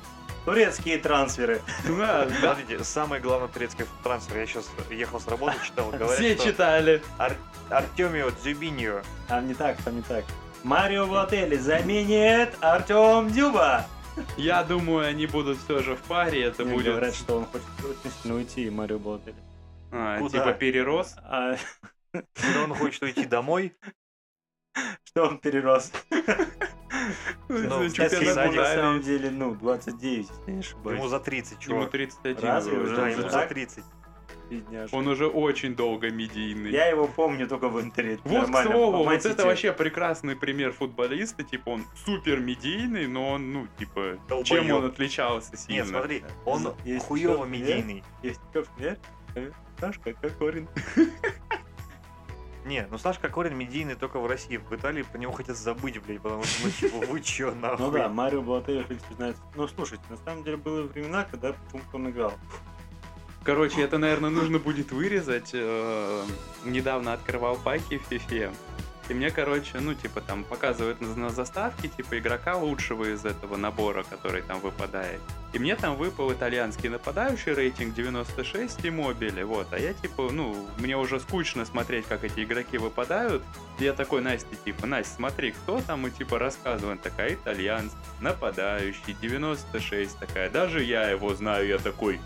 турецкие трансферы. А, Да, да. Смотрите, самое главное турецкое в трансфере. Я сейчас ехал с работы, читал, говорят, Все что читали. Ар- Артемио Дзюбиньо. А не так, там не так. Марио Блотелли заменит Артем Дюба. Я думаю, они будут все же в паре, это Мне будет... Говорят, что он хочет срочно уйти, и Марио Блотелли. А, Куда? типа перерос. А Но он хочет уйти домой, что он перерос? Ну, Чемпионат кстати, Ему сзади, на Абу-Даби. самом деле, ну, 29, если я не ошибаюсь. ему за 30, Ему чувак. 31 Разве вроде, уже? Да, ему да. за 30. Бедняжка. Он уже очень долго медийный. Я его помню только в интере. Вот, к Нормально, слову, по вот Мансити. это вообще прекрасный пример футболиста, типа он супер медийный, но он, ну, типа, Долбоёб. чем он отличался сильно? Нет, смотри, он Ну, Есть хуёво чёрт, нет? медийный. Есть чё, нет? Сашка, как Орин. Не, ну Сашка Корин медийный только в России. В Италии про него хотят забыть, блядь, потому что ну типа, вы чё, нахуй? Ну да, Марио Блотелли, в принципе, знает. Ну, слушайте, на самом деле, были времена, когда почему-то он играл. Короче, это, наверное, нужно будет вырезать. Э, Недавно открывал паки в FIFA. И мне, короче, ну, типа, там показывают на, на заставке, типа, игрока лучшего из этого набора, который там выпадает. И мне там выпал итальянский нападающий рейтинг 96 и мобили, вот. А я, типа, ну, мне уже скучно смотреть, как эти игроки выпадают. И я такой Насте, типа, Настя, смотри, кто там, и, типа, рассказываем, такая, итальянец, нападающий, 96, такая, даже я его знаю, я такой,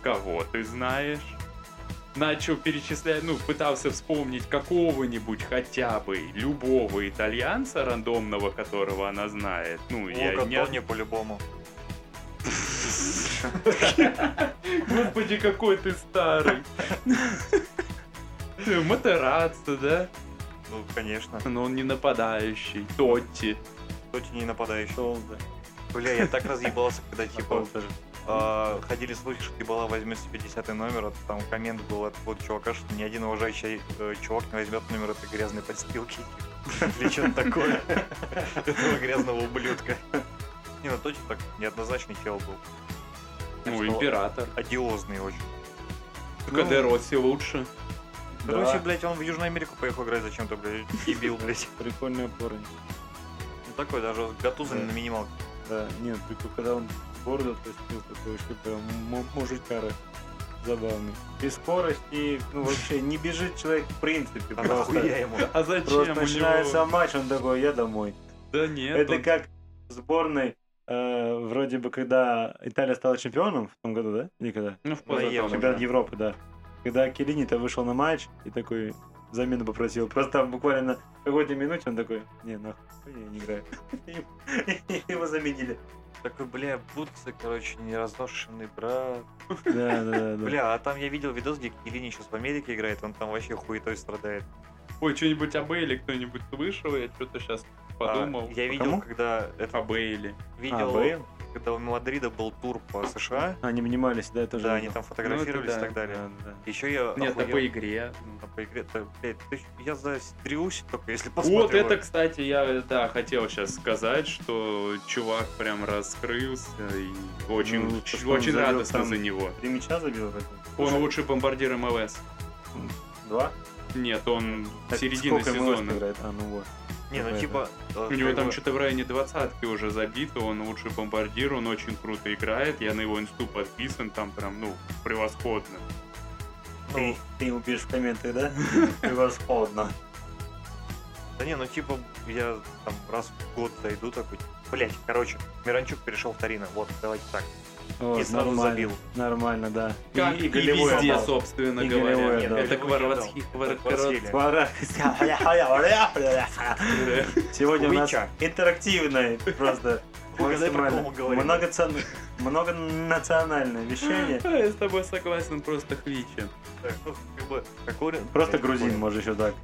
кого ты знаешь? Начал перечислять, ну, пытался вспомнить какого-нибудь хотя бы любого итальянца рандомного, которого она знает. Ну, я Лука не... Тони по-любому. Господи, какой ты старый. Матерацци, да? Ну, конечно. Но он не нападающий. Тотти. Тони не нападающий. Солда. Бля, я так разъебался, когда Такого типа тоже. а, ходили слухи, что Дебала возьмет себе 10 номер, а там коммент был от вот чувака, что ни один уважающий э, чувак не возьмет номер этой грязной подстилки. Или что-то такое. Этого грязного ублюдка. Не, ну точно так неоднозначный чел был. Ну, А Что? император. Одиозный очень. Только Ну. Дероси лучше. Да. Короче, блядь, он в Южную Америку поехал играть зачем-то, блядь, и бил, блядь. Прикольный парень. Ну такой даже вот Гатузин Да. на минималке. Да, нет, прикол, когда он бороду отпустил, такой вообще прям му- мужикара забавный. И скорость, и ну, вообще не бежит человек в принципе. А нахуя Просто, ему? А зачем? просто у начинается него- матч, он такой, я домой. Да нет. Это он- как в сборной, э, вроде бы, когда Италия стала чемпионом в том году, да? Никогда. Ну, в Наем, позатом, Чемпионат да. Европы, да. Когда Келлини-то вышел на матч и такой замену попросил. Просто там буквально на какой-то минуте он такой, не, нахуй, я не играю. И- и Его заменили. Такой, бля, бутсы, короче, неразношенный брат. Да, да, да, да. Бля, а там я видел видос, где Келини сейчас в Америке играет, он там вообще хуетой страдает. Ой, что-нибудь о Бейле кто-нибудь слышал? Я что-то сейчас подумал. А, А, я видел, кому? когда это О Бейле. видел, Бейл? когда у Мадрида был тур по США. А, Они внимались, да, я тоже. Да, они видел. там фотографировались да, и так далее. Да, да. Еще я Нет, это охуел. по игре. ну, Там по игре. Да, блядь, ты- я застреюсь только если посмотрю. Вот это, кстати, я да, хотел сейчас сказать, что чувак прям раскрылся и очень, Ну, то, что он очень забил радостно там- за него. Три мяча забил вроде. Он лучший бомбардир МЛС. Два? Нет, он Так середина сколько ему сезона. играет? А, ну вот. Не, ну Какая-то. типа... э, У него как там бы- что-то в районе двадцатки уже забито, он лучший бомбардир, он очень круто играет, я на его инсту подписан, там прям, ну, превосходно. ну, Ты, ты ему пишешь в комменты, да? Превосходно. Да не, ну типа я там раз в год зайду такой, блять, короче, Миранчук перешел в Тарина, вот, давайте так. Вот, и сразу нормально, забил. Нормально, да. Как и, голевой везде, отдал. собственно И говоря. голевой Нет, отдал. это Голевой не отдал. Кваровский- Это Кваровский- Кварацхелия. Сегодня у нас Хуича. интерактивное просто Угадай, про кого мы говорим. многоцен- многонациональное вещание. Я с тобой согласен, просто хвичи. Так, ну, как бы, какой- Просто блядь, грузин, какой- может, еще так.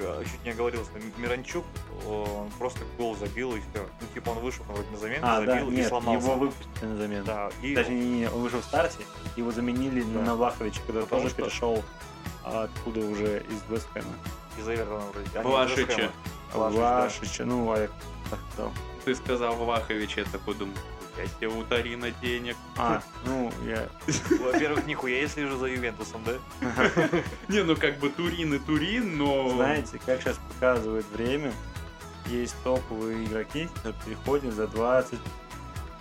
А, Чуть не оговорился, М- Миранчук, он просто гол забил и все. Ну, типа он вышел вроде на замену, А, да, забил и нет, сломался. его выпустили на замену. Да, и Даже не, не, он вышел в старте, его заменили Да. на Влаховича, который Потому тоже что- перешел откуда уже из Вестхэма. из Эвертона вроде. А, нет, Влашича. Вест Хэма. Влашич, да. Влашича, ну, а я так сказал. Ты сказал Влахович, я такой думаю, я тебе у Тарина денег. Хм. А, ну, я... Во-первых, нихуя я слежу за Ювентусом, да? Не, ну как бы Турин и Турин, но... Знаете, как сейчас показывает время, есть топовые игроки, которые переходят за 20,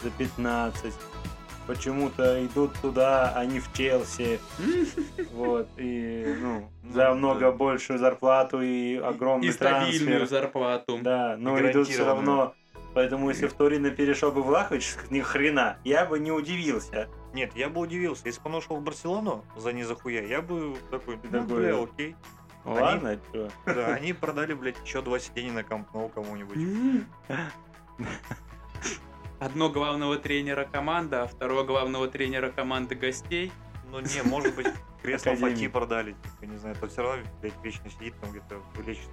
за 15, почему-то идут туда, они в Челси, М, вот, и, ну, Ну, за да. много большую зарплату и огромный И стабильную трансфер. зарплату. Да, но идут все гарантированную. равно. Поэтому если в Торино перешел бы Влахович, ни хрена, я бы не удивился. Нет, я бы удивился. Если бы он ушел в Барселону за не за хуя, я бы такой, ну, такой, бля, окей. Они- Ладно, чё. Да, они продали, блядь, еще два сидения на комп, ну, кому-нибудь. М. Одно главного тренера команда, а второго главного тренера команды гостей. Ну не, может быть, кресло Академии. Фати продали, типа, не знаю, то все равно, блядь, вечно сидит там где-то лечит.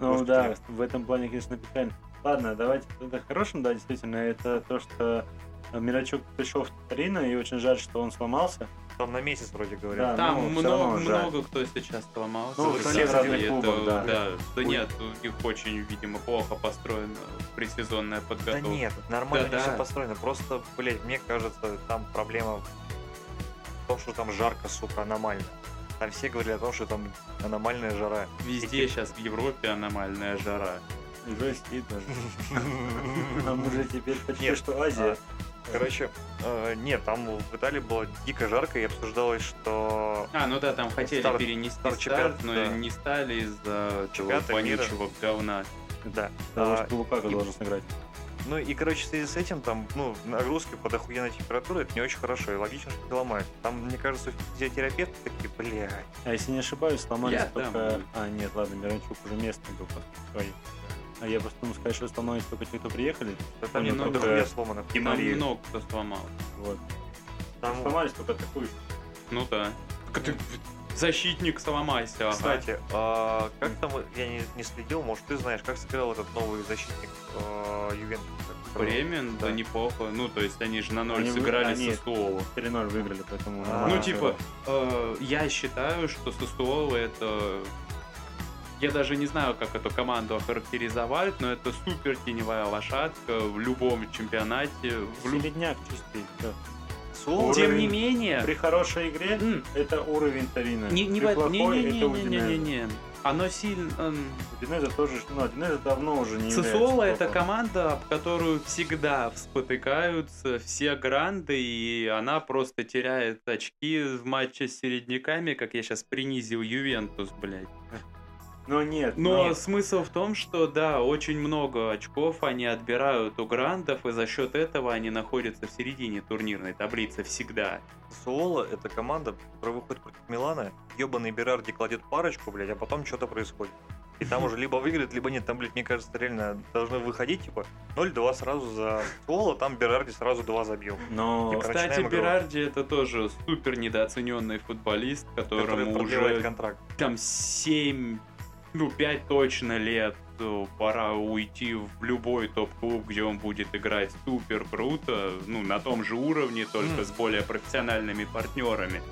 Ну Может, да, нет. в этом плане, конечно, печально. Ладно, давайте тогда к хорошим, да, действительно, это то, что Мирачук пришел в Торино, и очень жаль, что он сломался. Там на месяц вроде Да, говорят. Там ну, всё много, равно жаль. много кто сейчас сломался. Ну, вот Да, все в разных это- клубах, да. Да нет, у них очень, видимо, плохо построена предсезонная Да подготовка. нет, нормально Да-да. все построено. Просто, блядь, мне кажется, там проблема в том, что там жарко, сука, аномально. Там все говорили о том, что там аномальная жара. Везде сейчас в Европе аномальная жара. Уже сидит даже. Нам уже теперь почти Нет, что Азия. А, Короче, э, нет, там в Италии было дико жарко и обсуждалось, что А, ну да, там хотели Старт- перенести старт старт, чемпионата, но да. не стали из-за этого Чемпионата мира. вонючего говна. да. Потому а, что Лукака и- должен сыграть. Ну и, короче, в связи с этим, там, ну, нагрузки под охуенной температурой, это не очень хорошо, и логично, что ты ломаешь. Там, мне кажется, физиотерапевты такие, блядь. А если не ошибаюсь, сломались Я только... там. А, нет, ладно, Миранчук уже местный был. поскольку свои. А я просто думал сказать, что сломались только те, кто приехали. Да там Ну, не ну, только да. хуя сломано. И нам Мария. много кто сломал. Вот. Там, Сломались только атакующие. Ну да. Так ты защитник сломайся, ага. Кстати, а, как там, я не, не следил, может, ты знаешь, как сыграл этот новый защитник а, Ювентуса? Бремен, да. Да. неплохо. Ну, то есть они же на ноль Они вы- сыграли они- со Суоло. 4-0 выиграли, поэтому... А, нормально Ну, да. типа, э, я считаю, что Сосуоло это... Я даже не знаю, как эту команду охарактеризовать, но это супер теневая лошадка в любом чемпионате. В люб- Середняк чистый. всё. Суо? Тем не Уровень. менее... При хорошей игре м, это уровень Торино. Не, не, При в- плохой не, не, не, это не, не, не, не. Оно сильно... эм, Удинеза тоже, ну, Удинеза давно уже не является Сосуоло это топом. команда, об которую всегда спотыкаются все гранды, и она просто теряет очки в матче с середняками, как я сейчас принизил Ювентус, блядь. Но нет, Но нет. смысл в том, что да, очень много очков они отбирают у грандов, и за счет этого они находятся в середине турнирной таблицы всегда. Суоло это команда, которая выходит против Милана, ебаный Берарди кладет парочку, блядь, а потом что-то происходит. И там уже либо выиграет, либо нет. Там, блядь, мне кажется, реально должны выходить, типа, 0-2 сразу за Суоло, там Берарди сразу 2 забил. Но... И про- Кстати, Ну, начинаем игру. Берарди это тоже супер недооцененный футболист, Который которому продлевает уже контракт. там 7, ну 5 точно лет э, пора уйти в любой топ-клуб, где он будет играть супер круто, ну на том же уровне, только М. с более профессиональными партнерами.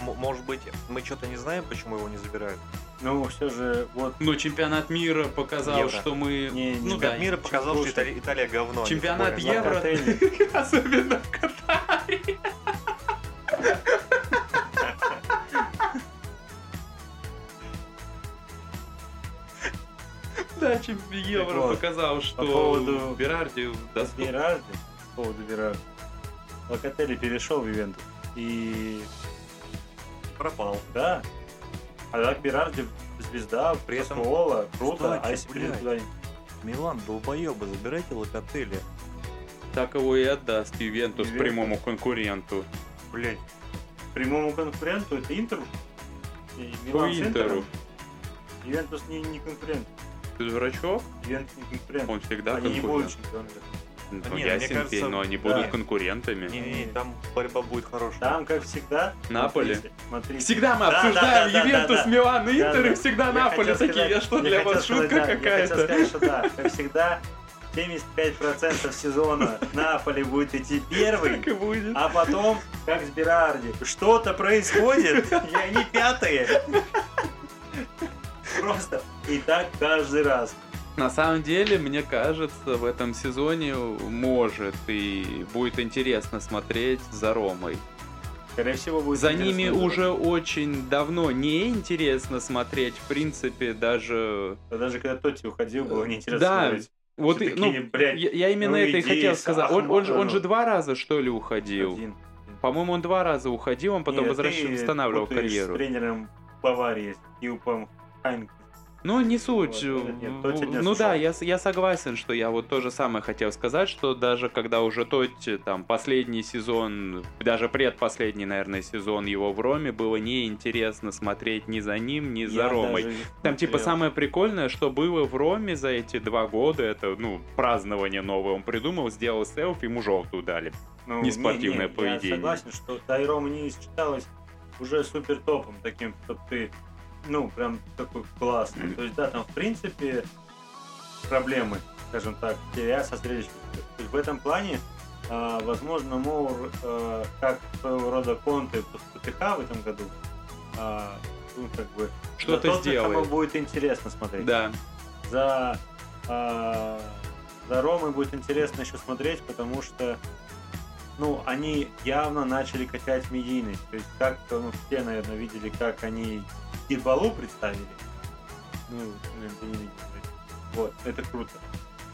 М- может быть, мы что-то не знаем, почему его не забирают. Ну, все же, вот... Ну, чемпионат мира показал, Евро. что мы... Не, не, ну Чемпионат да, мира показал, что слушай, Итали- Италия говно. а не чемпионат футбольная Евро. команда. Локотелли. Особенно в Катаре. Да, чемпи- Евро вот, показал, что поводу Берарди доступ- Берарди, по поводу Берарди, Локотелли перешел в Ювентус. И Пропал. да, а так Берарди звезда, При при этом- круто, Кстати, а если блядь. придет туда... Милан, долбоебы, забирайте Локотели. Так его и отдаст Ювентус Ювентус. прямому конкуренту. Блять, Прямому конкуренту это Интер. И По Милан с Интеру. Интером. Ювентус не, не конкурент. Ты дурачок? Ювентус не конкурент. Он всегда Они не будут А конкурент. чемпионами. Ну, Да не, ясен мне кажется, пень, но они да. будут конкурентами. не-не-не, там борьба будет хорошая. Там, как всегда, Наполи. смотрите, смотрите. Всегда мы Да, обсуждаем да, да, Ювентус, да, да. Милан и Да, Интер, и да. всегда Я Наполе хотел такие. сказать- Я что, я для вас хотел сказать, шутка да, Я хотел какая-то? сказать, что да, как всегда, 75% сезона Наполе будет идти первый, Так и будет. а потом, как с Берарди, что-то происходит, и они пятые. Просто и так каждый раз. На самом деле, мне кажется, в этом сезоне может и будет интересно смотреть за Ромой. Скорее всего, будет За интересно. ними уже очень давно не интересно смотреть, в принципе, даже... Да Даже когда Тотти уходил, было неинтересно Да, смотреть. Вот, Все и- ну, такие, блядь, я, я именно ну это и иди хотел с сказать. Он, он же, он же Ахматовым. два раза, что ли, уходил? Один. По-моему, он два раза уходил, он потом Не, возвращался, ты восстанавливал путаешь карьеру. с тренером Баварии, Юпом Хайнк. Ну, не суть. Вот, нет, В- Тотти не ну слушал. да, я, с- я согласен, что я вот то же самое хотел сказать, что даже когда уже Тотти, там, последний сезон, даже предпоследний, наверное, сезон его в Роме, было неинтересно смотреть ни за ним, ни за Я Ромой. даже не Там, типа, смотрел. самое прикольное, что было в Роме за эти два года, это, ну, празднование новое он придумал, сделал селфи, ему желтую дали. Ну, не спортивное не, не, поведение. Я согласен, что Тайрома не считалось уже супер топом таким, чтобы ты, ну, прям такой классный. То есть, да, там, в принципе, проблемы, скажем так, теряя со зрелищем. То есть, в этом плане, а, возможно, Моур, а, как своего рода конты после ПТХ в этом году, а, ну, как бы, Что-то за Тоттенхэма сделает. будет интересно смотреть. Да. За, а, за Ромой будет интересно еще смотреть, потому что ну, они явно начали качать медийность. То есть, как ну, все, наверное, видели, как они Дебалу представили. Ну, наверное, ты не видел. блядь. Вот, это круто.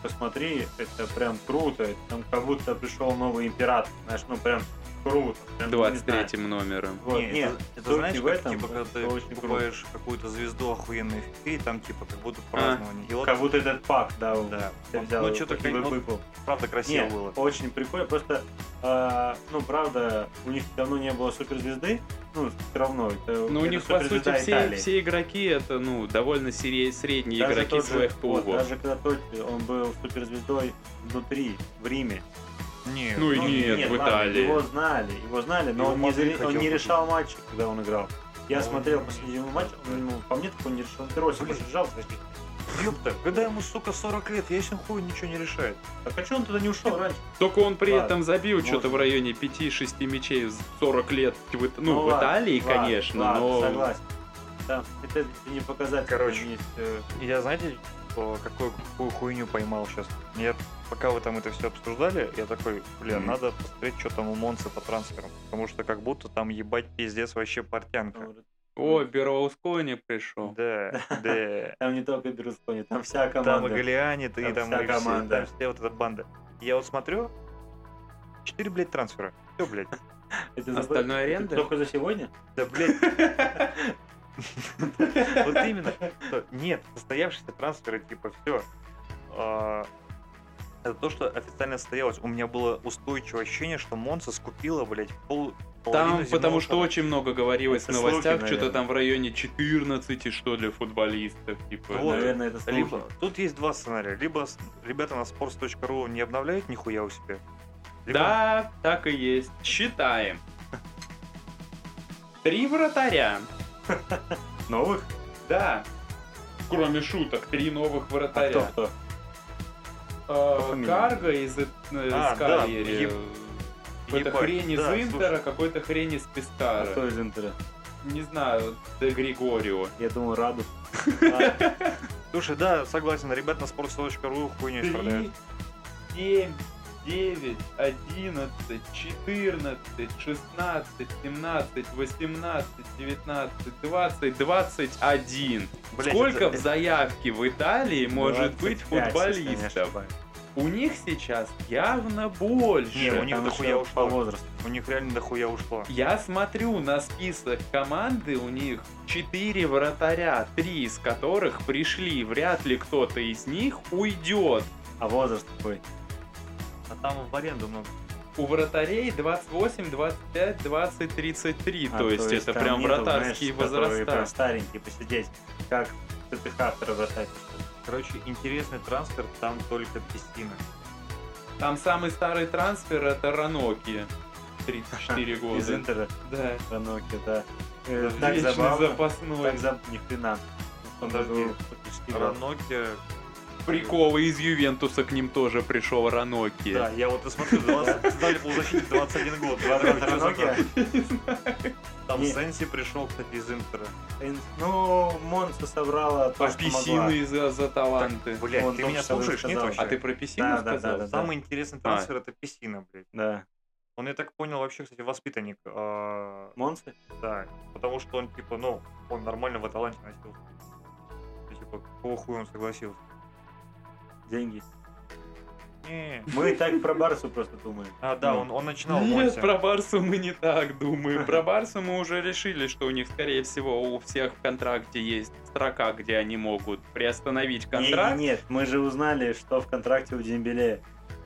Посмотри, это прям круто. Это там как будто пришел новый император. Знаешь, ну прям Круто. Я не знаю. 23 номером. Вот, Не, нет, это, это суть знаешь, не в как, этом, типа, когда ты это очень круто. покупаешь какую-то звезду охуенной фифы, и там типа как будто празднование. И вот, Как будто этот пак, да, вот да. я взял. Ну, его, что-то такой как- выпал. правда красиво Не, было. очень прикольно. Просто, э, ну, правда, у них давно не было суперзвезды. Ну, все равно. Это, Ну, у это них, по сути, суперзвезда все, Италии. все игроки это, ну, довольно сере- средние Даже игроки тот же- своих вот, клубов. даже когда Тотти, он был суперзвездой внутри, в Риме. Не, ну и не- Нет, в ладно, Италии. Его знали, его знали, но Его он, не, Мадрид зали- он хотел не купить. решал матчи, когда он играл. Я Он- смотрел последний его матч, он, ну, по мне так он не решал. Он пиросик Блин. держал, значит. ёпта, когда ему, сука, 40 лет, ясен хуй ничего не решает. Так а что он туда не Ну, ушел раньше? Только он при Ладно, этом забил можно. что-то в районе 5-6 мячей в 40 лет. в Ит- ну, в ладно, Италии, ладно, конечно, ладно, но... согласен. Да, это, это не показатель. Короче. там есть, э, Я, знаете, о, какую, какую хуйню поймал сейчас? Я, пока вы там это все обсуждали, я такой, бля, Мгм. надо посмотреть, что там у Монцы по трансферам. Потому что как будто там ебать пиздец вообще портянка. О, Берлоускони Ну, пришел. Да, да. Там не только Берлускони, там вся Там и команда. Галиани, и Там там вся и все, команда. там вся вот эта банда. Я вот смотрю, 4, блядь, трансфера. Все, блядь. Это забыл? Остальной Это аренда? Только за сегодня? Да, блядь, вот именно. что Нет, состоявшиеся трансферы, типа, все. Это то, что официально состоялось. У меня было устойчивое ощущение, что Монса скупила, блядь, пол... Там, половину потому земного что шара. очень много говорилось Это в слухи, новостях, что-то наверное. там в районе 14, что ли, футболистов, типа. Вот. Наверное, это слухи. Либо- Тут есть два сценария. Либо с- ребята на sports.ru не обновляют нихуя у себя. либо- Да, так и есть. Считаем. Три вратаря. Новых? Да. Кроме шуток, три новых А кто, вратаря. кто? Э, фамилии? Карго из, э, из А, да, Кальяри. еб- Какой-то Ебать, хрень из да, Интера, слушай. какой-то хрень из А Пестара. кто из Интера? Не знаю, Де Григорио. Я думал, Раду. А, Слушай, да, согласен, ребята на sports.ru хуйню исправляют. 3, 7, 9, 11, 14, 16, 17, 18, 19, 20, 21. Блядь, Сколько это- в заявке в Италии может быть 25, если я не футболистов? ошибаюсь. У них сейчас явно больше. Не, у них Там дохуя еще ушло. По возрасту. У них реально дохуя ушло. Я смотрю на список команды, у них 4 вратаря, 3 из которых пришли. Вряд ли кто-то из них уйдет. А возраст какой? А там в аренду много. У вратарей 28, 25, 20, 33. А, то, есть, это там прям нету, вратарские знаешь, которые возраста. Прям старенькие посидеть. Как ТТХ вратарь. Короче, интересный трансфер, там только пестина. Там самый старый трансфер это Раноки. 34 Из года. Интера. Да. Раноки, да. Э, Так Вечный забавно. запасной. Так забавно. Ни хрена. Он Подожди. был фактически играл. Раноки. Приколы из Ювентуса к ним тоже пришел Раноки. Да, я вот и смотрю, 20, стали полузащитник 21 год. 22 Раноки? результат. Там Не. Сенси пришел, кстати, из Интера. Эн- Ну, Монса собрала то, А что могла. писины за, за таланты. Блять, Он ты только меня что слушаешь, нет сказал. вообще? А. А ты про писину Да, да, сказал? да, да. Самый интересный трансфер это Песина, блядь. Да. Он, я так понял, вообще, кстати, воспитанник. а, Монсы? Да, потому что он, типа, ну, он нормально в Аталанте носил. И, Типа, какого хуя он согласился? Деньги. Не. Мы так про Барсу просто думаем. А, да, Ну. он, он начинал в Нет, Монсе. про Барсу мы не так думаем. Про Барсу мы уже решили, что у них, скорее всего, у всех в контракте есть строка, где они могут приостановить контракт. Не- Нет, мы же узнали, что в контракте у Дембеле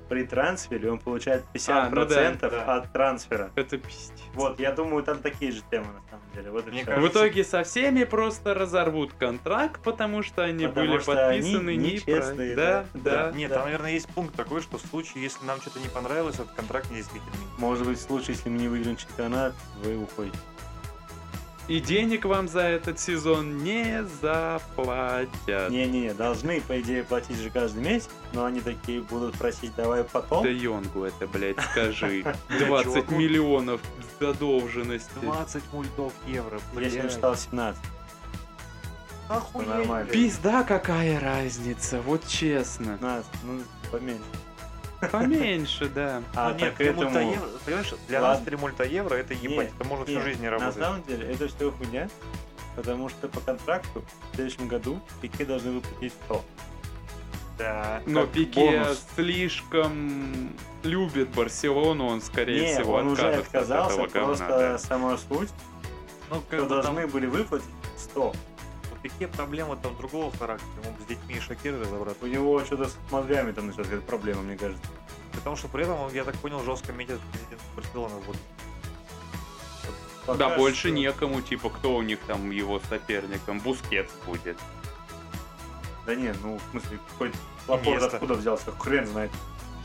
при трансфере он получает 50% А, ну да, да. от трансфера. Это пиздец. Вот, я думаю, там такие же темы на самом деле. Вот и Мне всё. кажется, В итоге со всеми просто разорвут контракт, потому что они Потому были что подписаны они неправильно. нечестные, Да, да, да. Нет, Да. там, наверное, есть пункт такой, что в случае, если нам что-то не понравилось, этот контракт недействительный. Может быть, в случае, если мы не выиграем чемпионат, вы уходите. И денег вам за этот сезон не заплатят. Не-не-не, должны, по идее, платить же каждый месяц, но они такие будут просить, давай потом. Да Йонгу это, блядь, скажи. 20 Чуваку. миллионов задолженности. 20 мультов евро, Я сегодня блядь. читал 17. Охуеть, нормально. блядь. Пизда какая разница, вот честно. 15, ну, поменьше. Ну, Поменьше, да. А, Ну, так нет, к три этому... мульта евро, понимаешь, для нас Ладно. 3 мульта евро это ебать, Нет, это можно всю Нет, жизнь не на работать. самом деле это все хуйня, потому что по контракту в следующем году Пике должны выплатить 100. Да. Но как Пике бонус. слишком любит Барселону, он, скорее Не, всего, он уже откажется от отказался, этого говна, просто да. сама суть, Ну, что как бы там должны были выплатить 100. у Пике проблема там другого характера, ему бы с детьми и Шакирой разобраться. У него что-то с мозгами там началась какая-то проблема, мне кажется. Потому что при этом, он, я так понял, жестко метит президент Барселоны. Вот. Пока Да, больше что- некому, типа, кто у них там его соперником. Бускетс будет. Да не, ну, в смысле, какой лапорт Место. откуда взялся? Хрен знает.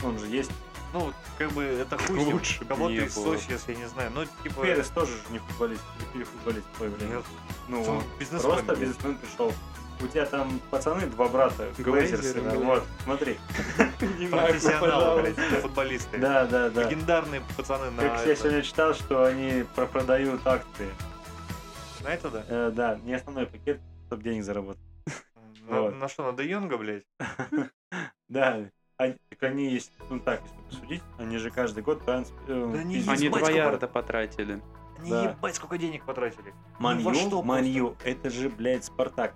Он же есть. Ну, как бы это хуй с ним. Лучше бы Кого-то не из было. Сосиес, я не знаю. Ну, типа... Перес тоже же не футболист. Или футболист, ой, блин. нет, Ну, он он бизнесмен просто был. бизнесмен пришел. У тебя там пацаны, два брата, Глейзеры, глейзерсы, да. вот, смотри. Профессионалы, блядь, футболисты. Да, да, да. Легендарные пацаны на Как я это- сегодня читал, что они пропродают акции. на это, да? Э, да, не основной пакет, чтобы денег заработать. На, Вот. на что, на Де Йонга, блядь? Да, они, так они есть, ну так, если посудить, они же каждый год транс... э, Да не пиздят. Они Ебать, два сколько. ярда потратили. Они Да. ебать сколько денег потратили. Манью, Во что Манью, это же, блядь, Спартак.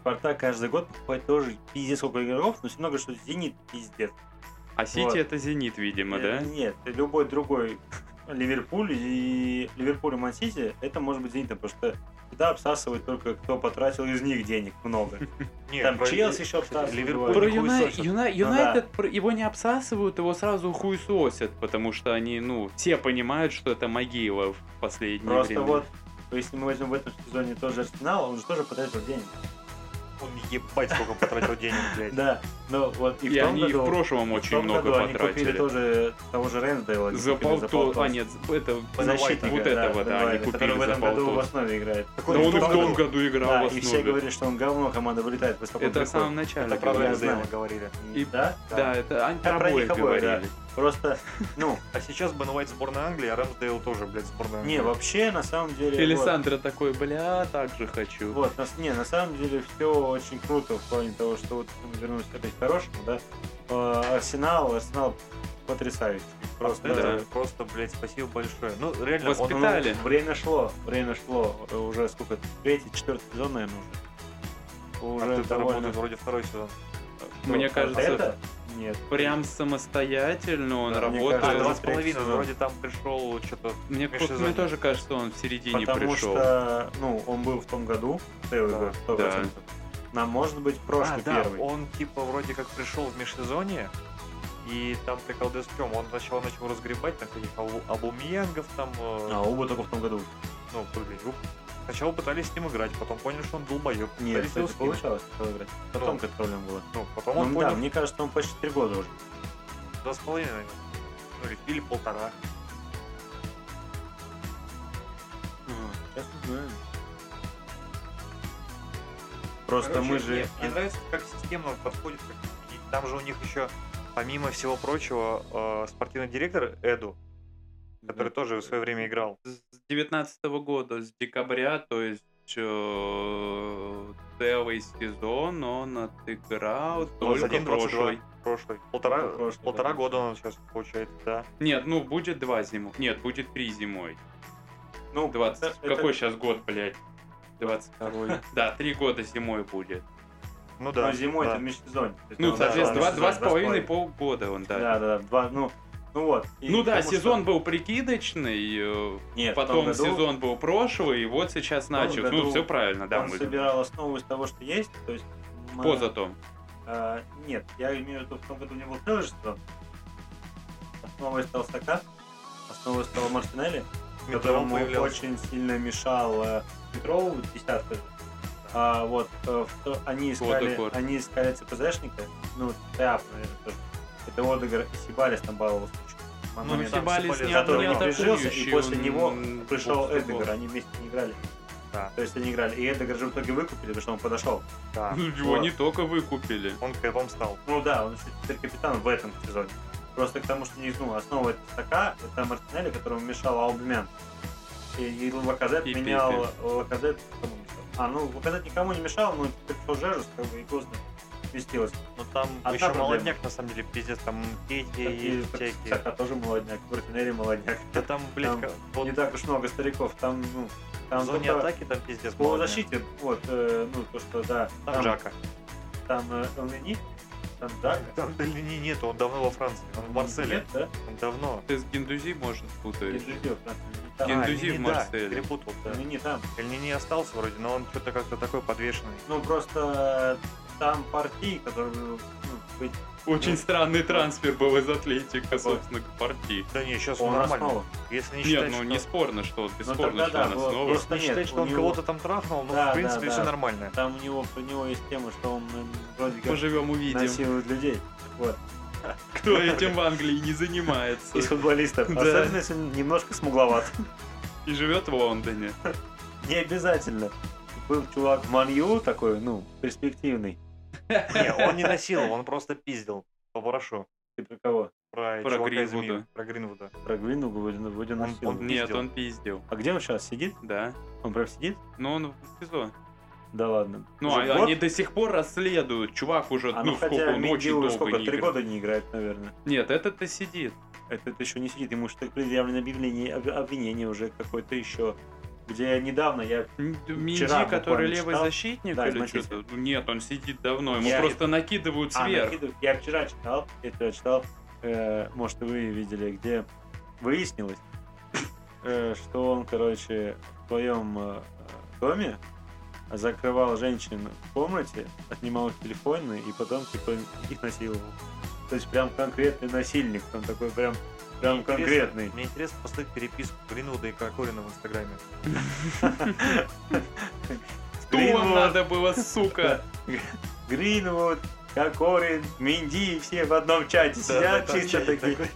Спартак каждый год покупает тоже пиздец сколько игроков, но все много, что Зенит пиздец. А Сити Вот. это Зенит, видимо, Э, да? Нет, любой другой Ливерпуль и Ливерпуль и Мансити, это может быть Зенитом, потому что всегда обсасывают только кто потратил из них денег много. Нет, Там про- Челси еще обсасывают. Ливерпуль Про Ой, не Юнай- хуесосят. Юна- Ну Юнайтед про- его не обсасывают, его сразу хуесосят, потому что они, ну, все понимают, что это могила в последнее Просто время. вот, если мы возьмем в этом сезоне тоже Арсенал, он же тоже потратил денег. Он ебать сколько потратил денег, блядь. Да, но вот и и в том они и в году... прошлом в очень том много году они купили потратили. тоже того же Рэмсдейла. они За купили полтос, полтос. а нет, это защитника, вот этого, да, Дебайля, они купили который в за этом году в полтос. основе играет. Да Какой он и в в том том году. году играл Да, в и основе. все говорят, что он говно, команда вылетает. После это в самом начале Это про правда, говорили. я знаю. Рэндейла говорили. и- Да? Да, это они Да, про про обоих них обоих, да. говорили. Просто, ну, А сейчас Бен Уайт сборная Англии, а Рэмсдейл тоже, блядь, сборная Англии. не, вообще, на самом деле... И вот- Лиссандра такой, бля, так же хочу. Вот, на, не, на самом деле все очень круто в плане того, что вот мы вернулись опять к хорошему, да. Э, Арсенал, Арсенал потрясающий. Просто э, Это Да. просто, блядь, спасибо большое. Ну, реально, он- ну, Воспитали. время шло, время шло. Э, Уже сколько? Третий, четвертый сезон, наверное, он уже. уже Уже довольно... работает вроде второй сезон. Мне Вот кажется, это? Нет. прям самостоятельно он Да, мне работает. А, кажется, два с половиной, сезон. вроде там пришел что-то... Мне, Миша мне занят. тоже кажется, что он в середине Потому пришел. что, ну, он был в том году, целый Да. год, 100%. Нам может быть прошлый А, да, первый. он типа вроде как пришел в межсезонье, и там прикол дестрем, он сначала начал разгребать там каких обумьянгов там, э, А, оба только в том году. ну, были. Сначала пытались с ним играть, потом поняли, что он долбоеб. Нет, пытались его кстати, скинуть. получалось такое играть. Потом как проблема была. Ну, потом он Ну, да, понял, мне кажется, он почти три года уже. два с половиной, наверное. Ну, или, или полтора. Сейчас узнаем. Просто Короче, мы же... Мне, мне нравится, как системно подходит. как- и там же у них еще, помимо всего прочего, э, спортивный директор Эду, который тоже в свое время играл. С 19 года, с декабря, то есть э, целый сезон он отыграл Ну, только 21, 22, прошлый. Прошлый. Полтора, Только прошлый, полтора да. года он сейчас получается, да. Нет, ну будет два зимы. Нет, будет три зимой. Ну, 20. это- Какой это- сейчас год, блядь? 22 Да, три года зимой будет. Ну да. Ну, зимой да. это межсезонье. То есть Ну, он, да, да, соответственно, два, да, два с да, половиной полгода он, да. Да, да, да, два, ну, ну вот. И Ну да, потому что- сезон был прикидочный, э, Нет, в том потом году сезон был прошлый, и вот сейчас том начал. Ну, году все правильно, да, Он мы собирал основу из того, что есть, то есть... мы- поза том. а, нет, я имею в виду, в том году у него был целый сезон. Основой стал Сака, основой стал Мартинелли, Металлом которому появлялся. очень сильно мешал э, Петрову, десятка же. А вот э, в то- они искали, Одегор. они искали ЦПЗшника, ну, Теап, наверное, тоже. Это Одегор и Сибалис там баловал А Ну, Ну, там Сибалис Сибалис не, зато не не прижился, и атакующий, после он него пришел бокс-то Эдегор, бокс. они вместе не играли. Да. То есть они играли. И Эдегор же в итоге выкупили, потому что он подошел. Да. Ну, Его Вот. не только выкупили. Он кэпом стал. Ну да, он еще теперь капитан в этом сезоне. Просто к тому, что не ну, основа это Сака, это Мартинелли, которому мешал Аубмен. И, и Лаказет И менял Пепе. Лаказет, кому мешал. А, ну Лаказет никому не мешал, но теперь пришел Жежус, как бы и поздно вместилось. Но Ну, там А еще та проблема. молодняк, на самом деле, пиздец, там Петя и Так и всякие. Сака тоже молодняк, Мартинелли молодняк. Да там, блядь, Там ка- вот Не так уж много стариков, там, ну, в там зоне только атаки там пиздец. по молодняк. защите, вот, э, ну, то, что, да, Там Жака. там э, Элнени, там Дага. Там Дальнини нет, он давно во Франции, он в Марселе. Нет, да? Он давно. Ты с Гендузи, может, путаешь. Гендузев, да. А, Там, Гендузи в Эль-Нини, да, Марселе. перепутал, да. Элнени там. Эль-Нини остался вроде, но он что-то как-то такой подвешенный. Ну, просто там партии, которые ну, быть, Ну, Очень странный трансфер был из Атлетика, собственно, к партии. Да не, сейчас он он нормально. основа. Если не Нет, считать, ну что... не спорно, что тогда бесспорно, что да, он было- основа. Просто не Нет, считать, у что он него- кого-то там трафнул, но Да, в принципе да, все да. нормально. Там у него, про него есть тема, что он м, вроде Мы как живем, увидим, насилует людей. Вот. кто этим в Англии не занимается. Из футболистов. Да. Особенно, если он немножко смугловат. И живет в Лондоне. Не обязательно. Был чувак в Манью такой, ну, перспективный. Не, он не насиловал, он просто пиздил по барашу. Ты про кого? Про, Про чувака из Гринвуда. МИД, Про Гринвуда. Про Гвину Гвудину Гвудину Он- Силу. он- Нет, Пиздил. он пиздил, А где он сейчас? Сидит? да. Он прям сидит? Но он в СИЗО. Да ладно. Ну, Уже а- год? они до сих пор расследуют. Чувак уже, А, ну, сколько, он Минди очень уже долго сколько, не три играл. года не играет, наверное. Нет, этот-то сидит. Этот еще не сидит, ему же так предъявлено объявление, об- обвинение уже какое-то еще. Где недавно я... М- Минди, Вчера который буквально левый читал. защитник Да, из или Манчестера. что-то? Нет, он сидит давно, ему Я- просто накидывают А, сверх. накидывают. я вчера читал, я вчера читал, э, может, вы видели, где выяснилось, э, что он, короче, в своем э, доме закрывал женщин в комнате, отнимал их телефоны и потом типа их насиловал. То есть прям конкретный насильник, он такой прям, прям Интересно- конкретный. Мне интересно посмотреть переписку Гринвуда и Кокорина в Инстаграме. Ту вам Гринвуд. надо было, сука! Гринвуд, Кокорин, Минди, все в одном чате Да, сидят, да, там чисто чатик такие. такой.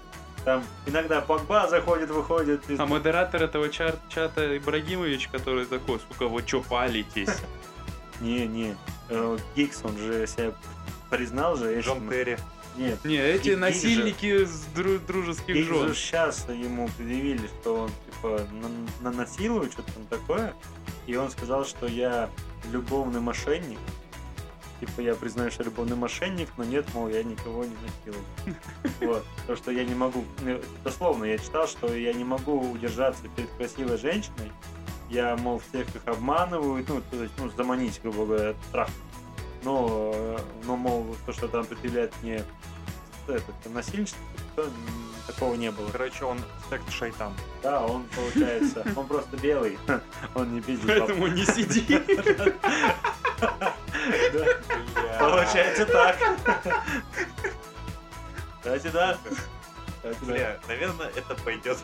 Там иногда Погба заходит, выходит. А модератор этого чар- чата Ибрагимович, который такой, сука, вы чё палитесь? Не, не. Э, Гикс, он же себя признал же. если Джон мы- Терри. Нет. Не, эти Гиг же. насильники с дру- дружеских Гикс жен. же сейчас ему предъявили, что он типа на- нанасилует, что-то там такое. И он сказал, что я любовный мошенник. Типа я признаю, что я любовный мошенник, но нет, мол, я никого не насиловал. Вот. То, что я не могу... ну, Дословно, я читал, что я не могу удержаться перед красивой женщиной. Я, мол, всех их обманываю, ну, то есть, ну, заманить, грубо говоря, страх. Но, э, но, мол, то, что там предъявляет мне этот, насильничество, то, м, такого не было. Короче, он секс шайтан. Да, он, получается, он просто белый, он не пиздит. Поэтому не сиди. Да. Получается так. Кстати, да. Кстати, да. Бля, наверное, это пойдет.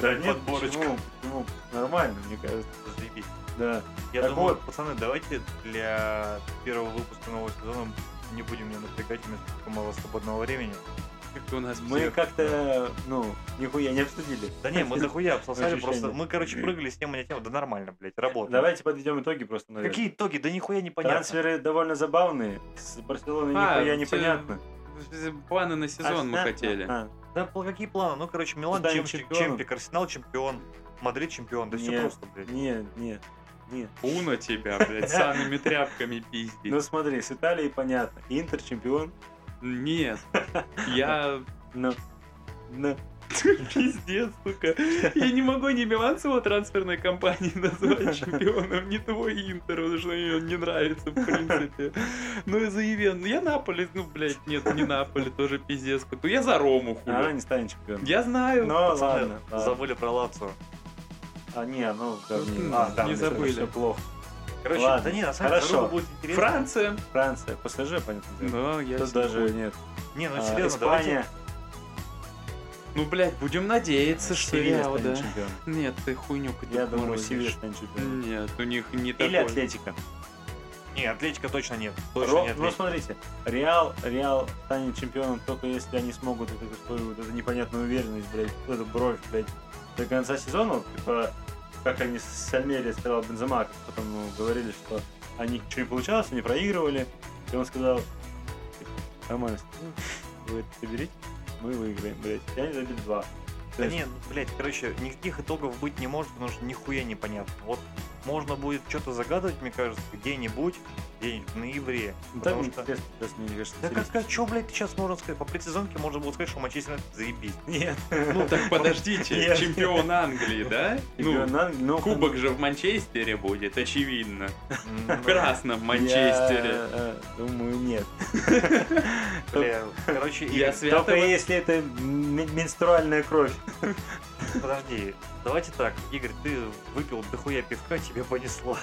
Да нет, подборочка. почему? Почему? Нормально, мне кажется. Заебись. Да. Я Так думаю, вот. пацаны, давайте для первого выпуска нового сезона не будем меня напрягать, у меня столько мало свободного времени. Как у нас Мы всех. как-то, ну, нихуя не обсудили. Да не, мы дохуя обсосали, Ощущение. просто мы, короче, прыгали с темы на тему, да нормально, блядь, работаем. Давайте подведем итоги просто, наверное. Какие итоги? Да нихуя не понятно. Трансферы довольно забавные. С Барселоной А, нихуя у непонятно. Планы на сезон мы А, хотели. а, Да пл- какие планы? Ну, короче, Милан Станем чем- чемпионом. чемпик, Арсенал чемпион, Мадрид чемпион, да все Нет. просто, а. блядь. Не, не, не. Уна тебя, блядь, самыми тряпками пиздить. Ну смотри, с Италией понятно. Интер чемпион. Нет. Я... Но, но. Пиздец, сука. Я не могу ни Миланцева трансферной компании назвать чемпионом, ни твой Интер, потому что мне он не нравится, в принципе. Ну и за Ивен. Я Наполи, ну, блядь, нет, не Наполи, тоже пиздец. Ну я за Рому, Она хули. а, не станет чемпионом. Я знаю. Но Пацаны, ладно. ладно. Забыли про Лацио. А, не, ну, Ну, да, не забыли. Все плохо. Короче, Ладно, да не, на самом деле, хорошо. дорога будет интересно. Франция. Франция, ПСЖ, понятно. дело. Но я... Тут себе даже хуй. нет. Не, ну А, серьезно, давайте. Испания, Ну, блядь, будем надеяться, что Севилья я... станет да. чемпионом. Нет, ты хуйню какую-то Я думаю, морозишь. Севилья станет чемпионом. Нет, у них не Или такой. Атлетика. Не, Атлетика точно нет. Точно Ро- не Ну, Атлетика. смотрите, Реал, Реал станет чемпионом только если они смогут вот эту свою вот эту непонятную уверенность, блядь, вот эту бровь, блядь, до конца сезона, вот, типа, как они с Альмери сказал Бензема, как потом ну, говорили, что они что не получалось, они проигрывали, и он сказал, «Типа, нормально, ну, вы это соберите, мы выиграем, блядь, и они забили два. Да не, ну, блядь, короче, никаких итогов быть не может, потому что нихуя непонятно. Вот можно будет что-то загадывать, мне кажется, где-нибудь, денег на еврея. Да, потому мне что... ну, интересно, сейчас мне кажется, Да как, интересно. как, что, блядь, ты сейчас можно сказать? По предсезонке можно было сказать, что Манчестер Юнайтед заебись. Нет. Ну так подождите, Нет. чемпион Англии, да? Ну, Чемпион Англии, ну, кубок же в Манчестере будет, очевидно. М, В красном я, Манчестере. э, Думаю, нет. бля, Короче, и- Я Только свято... если это м- менструальная кровь. подожди, давайте так, Игорь, ты выпил дохуя пивка, тебе понесло.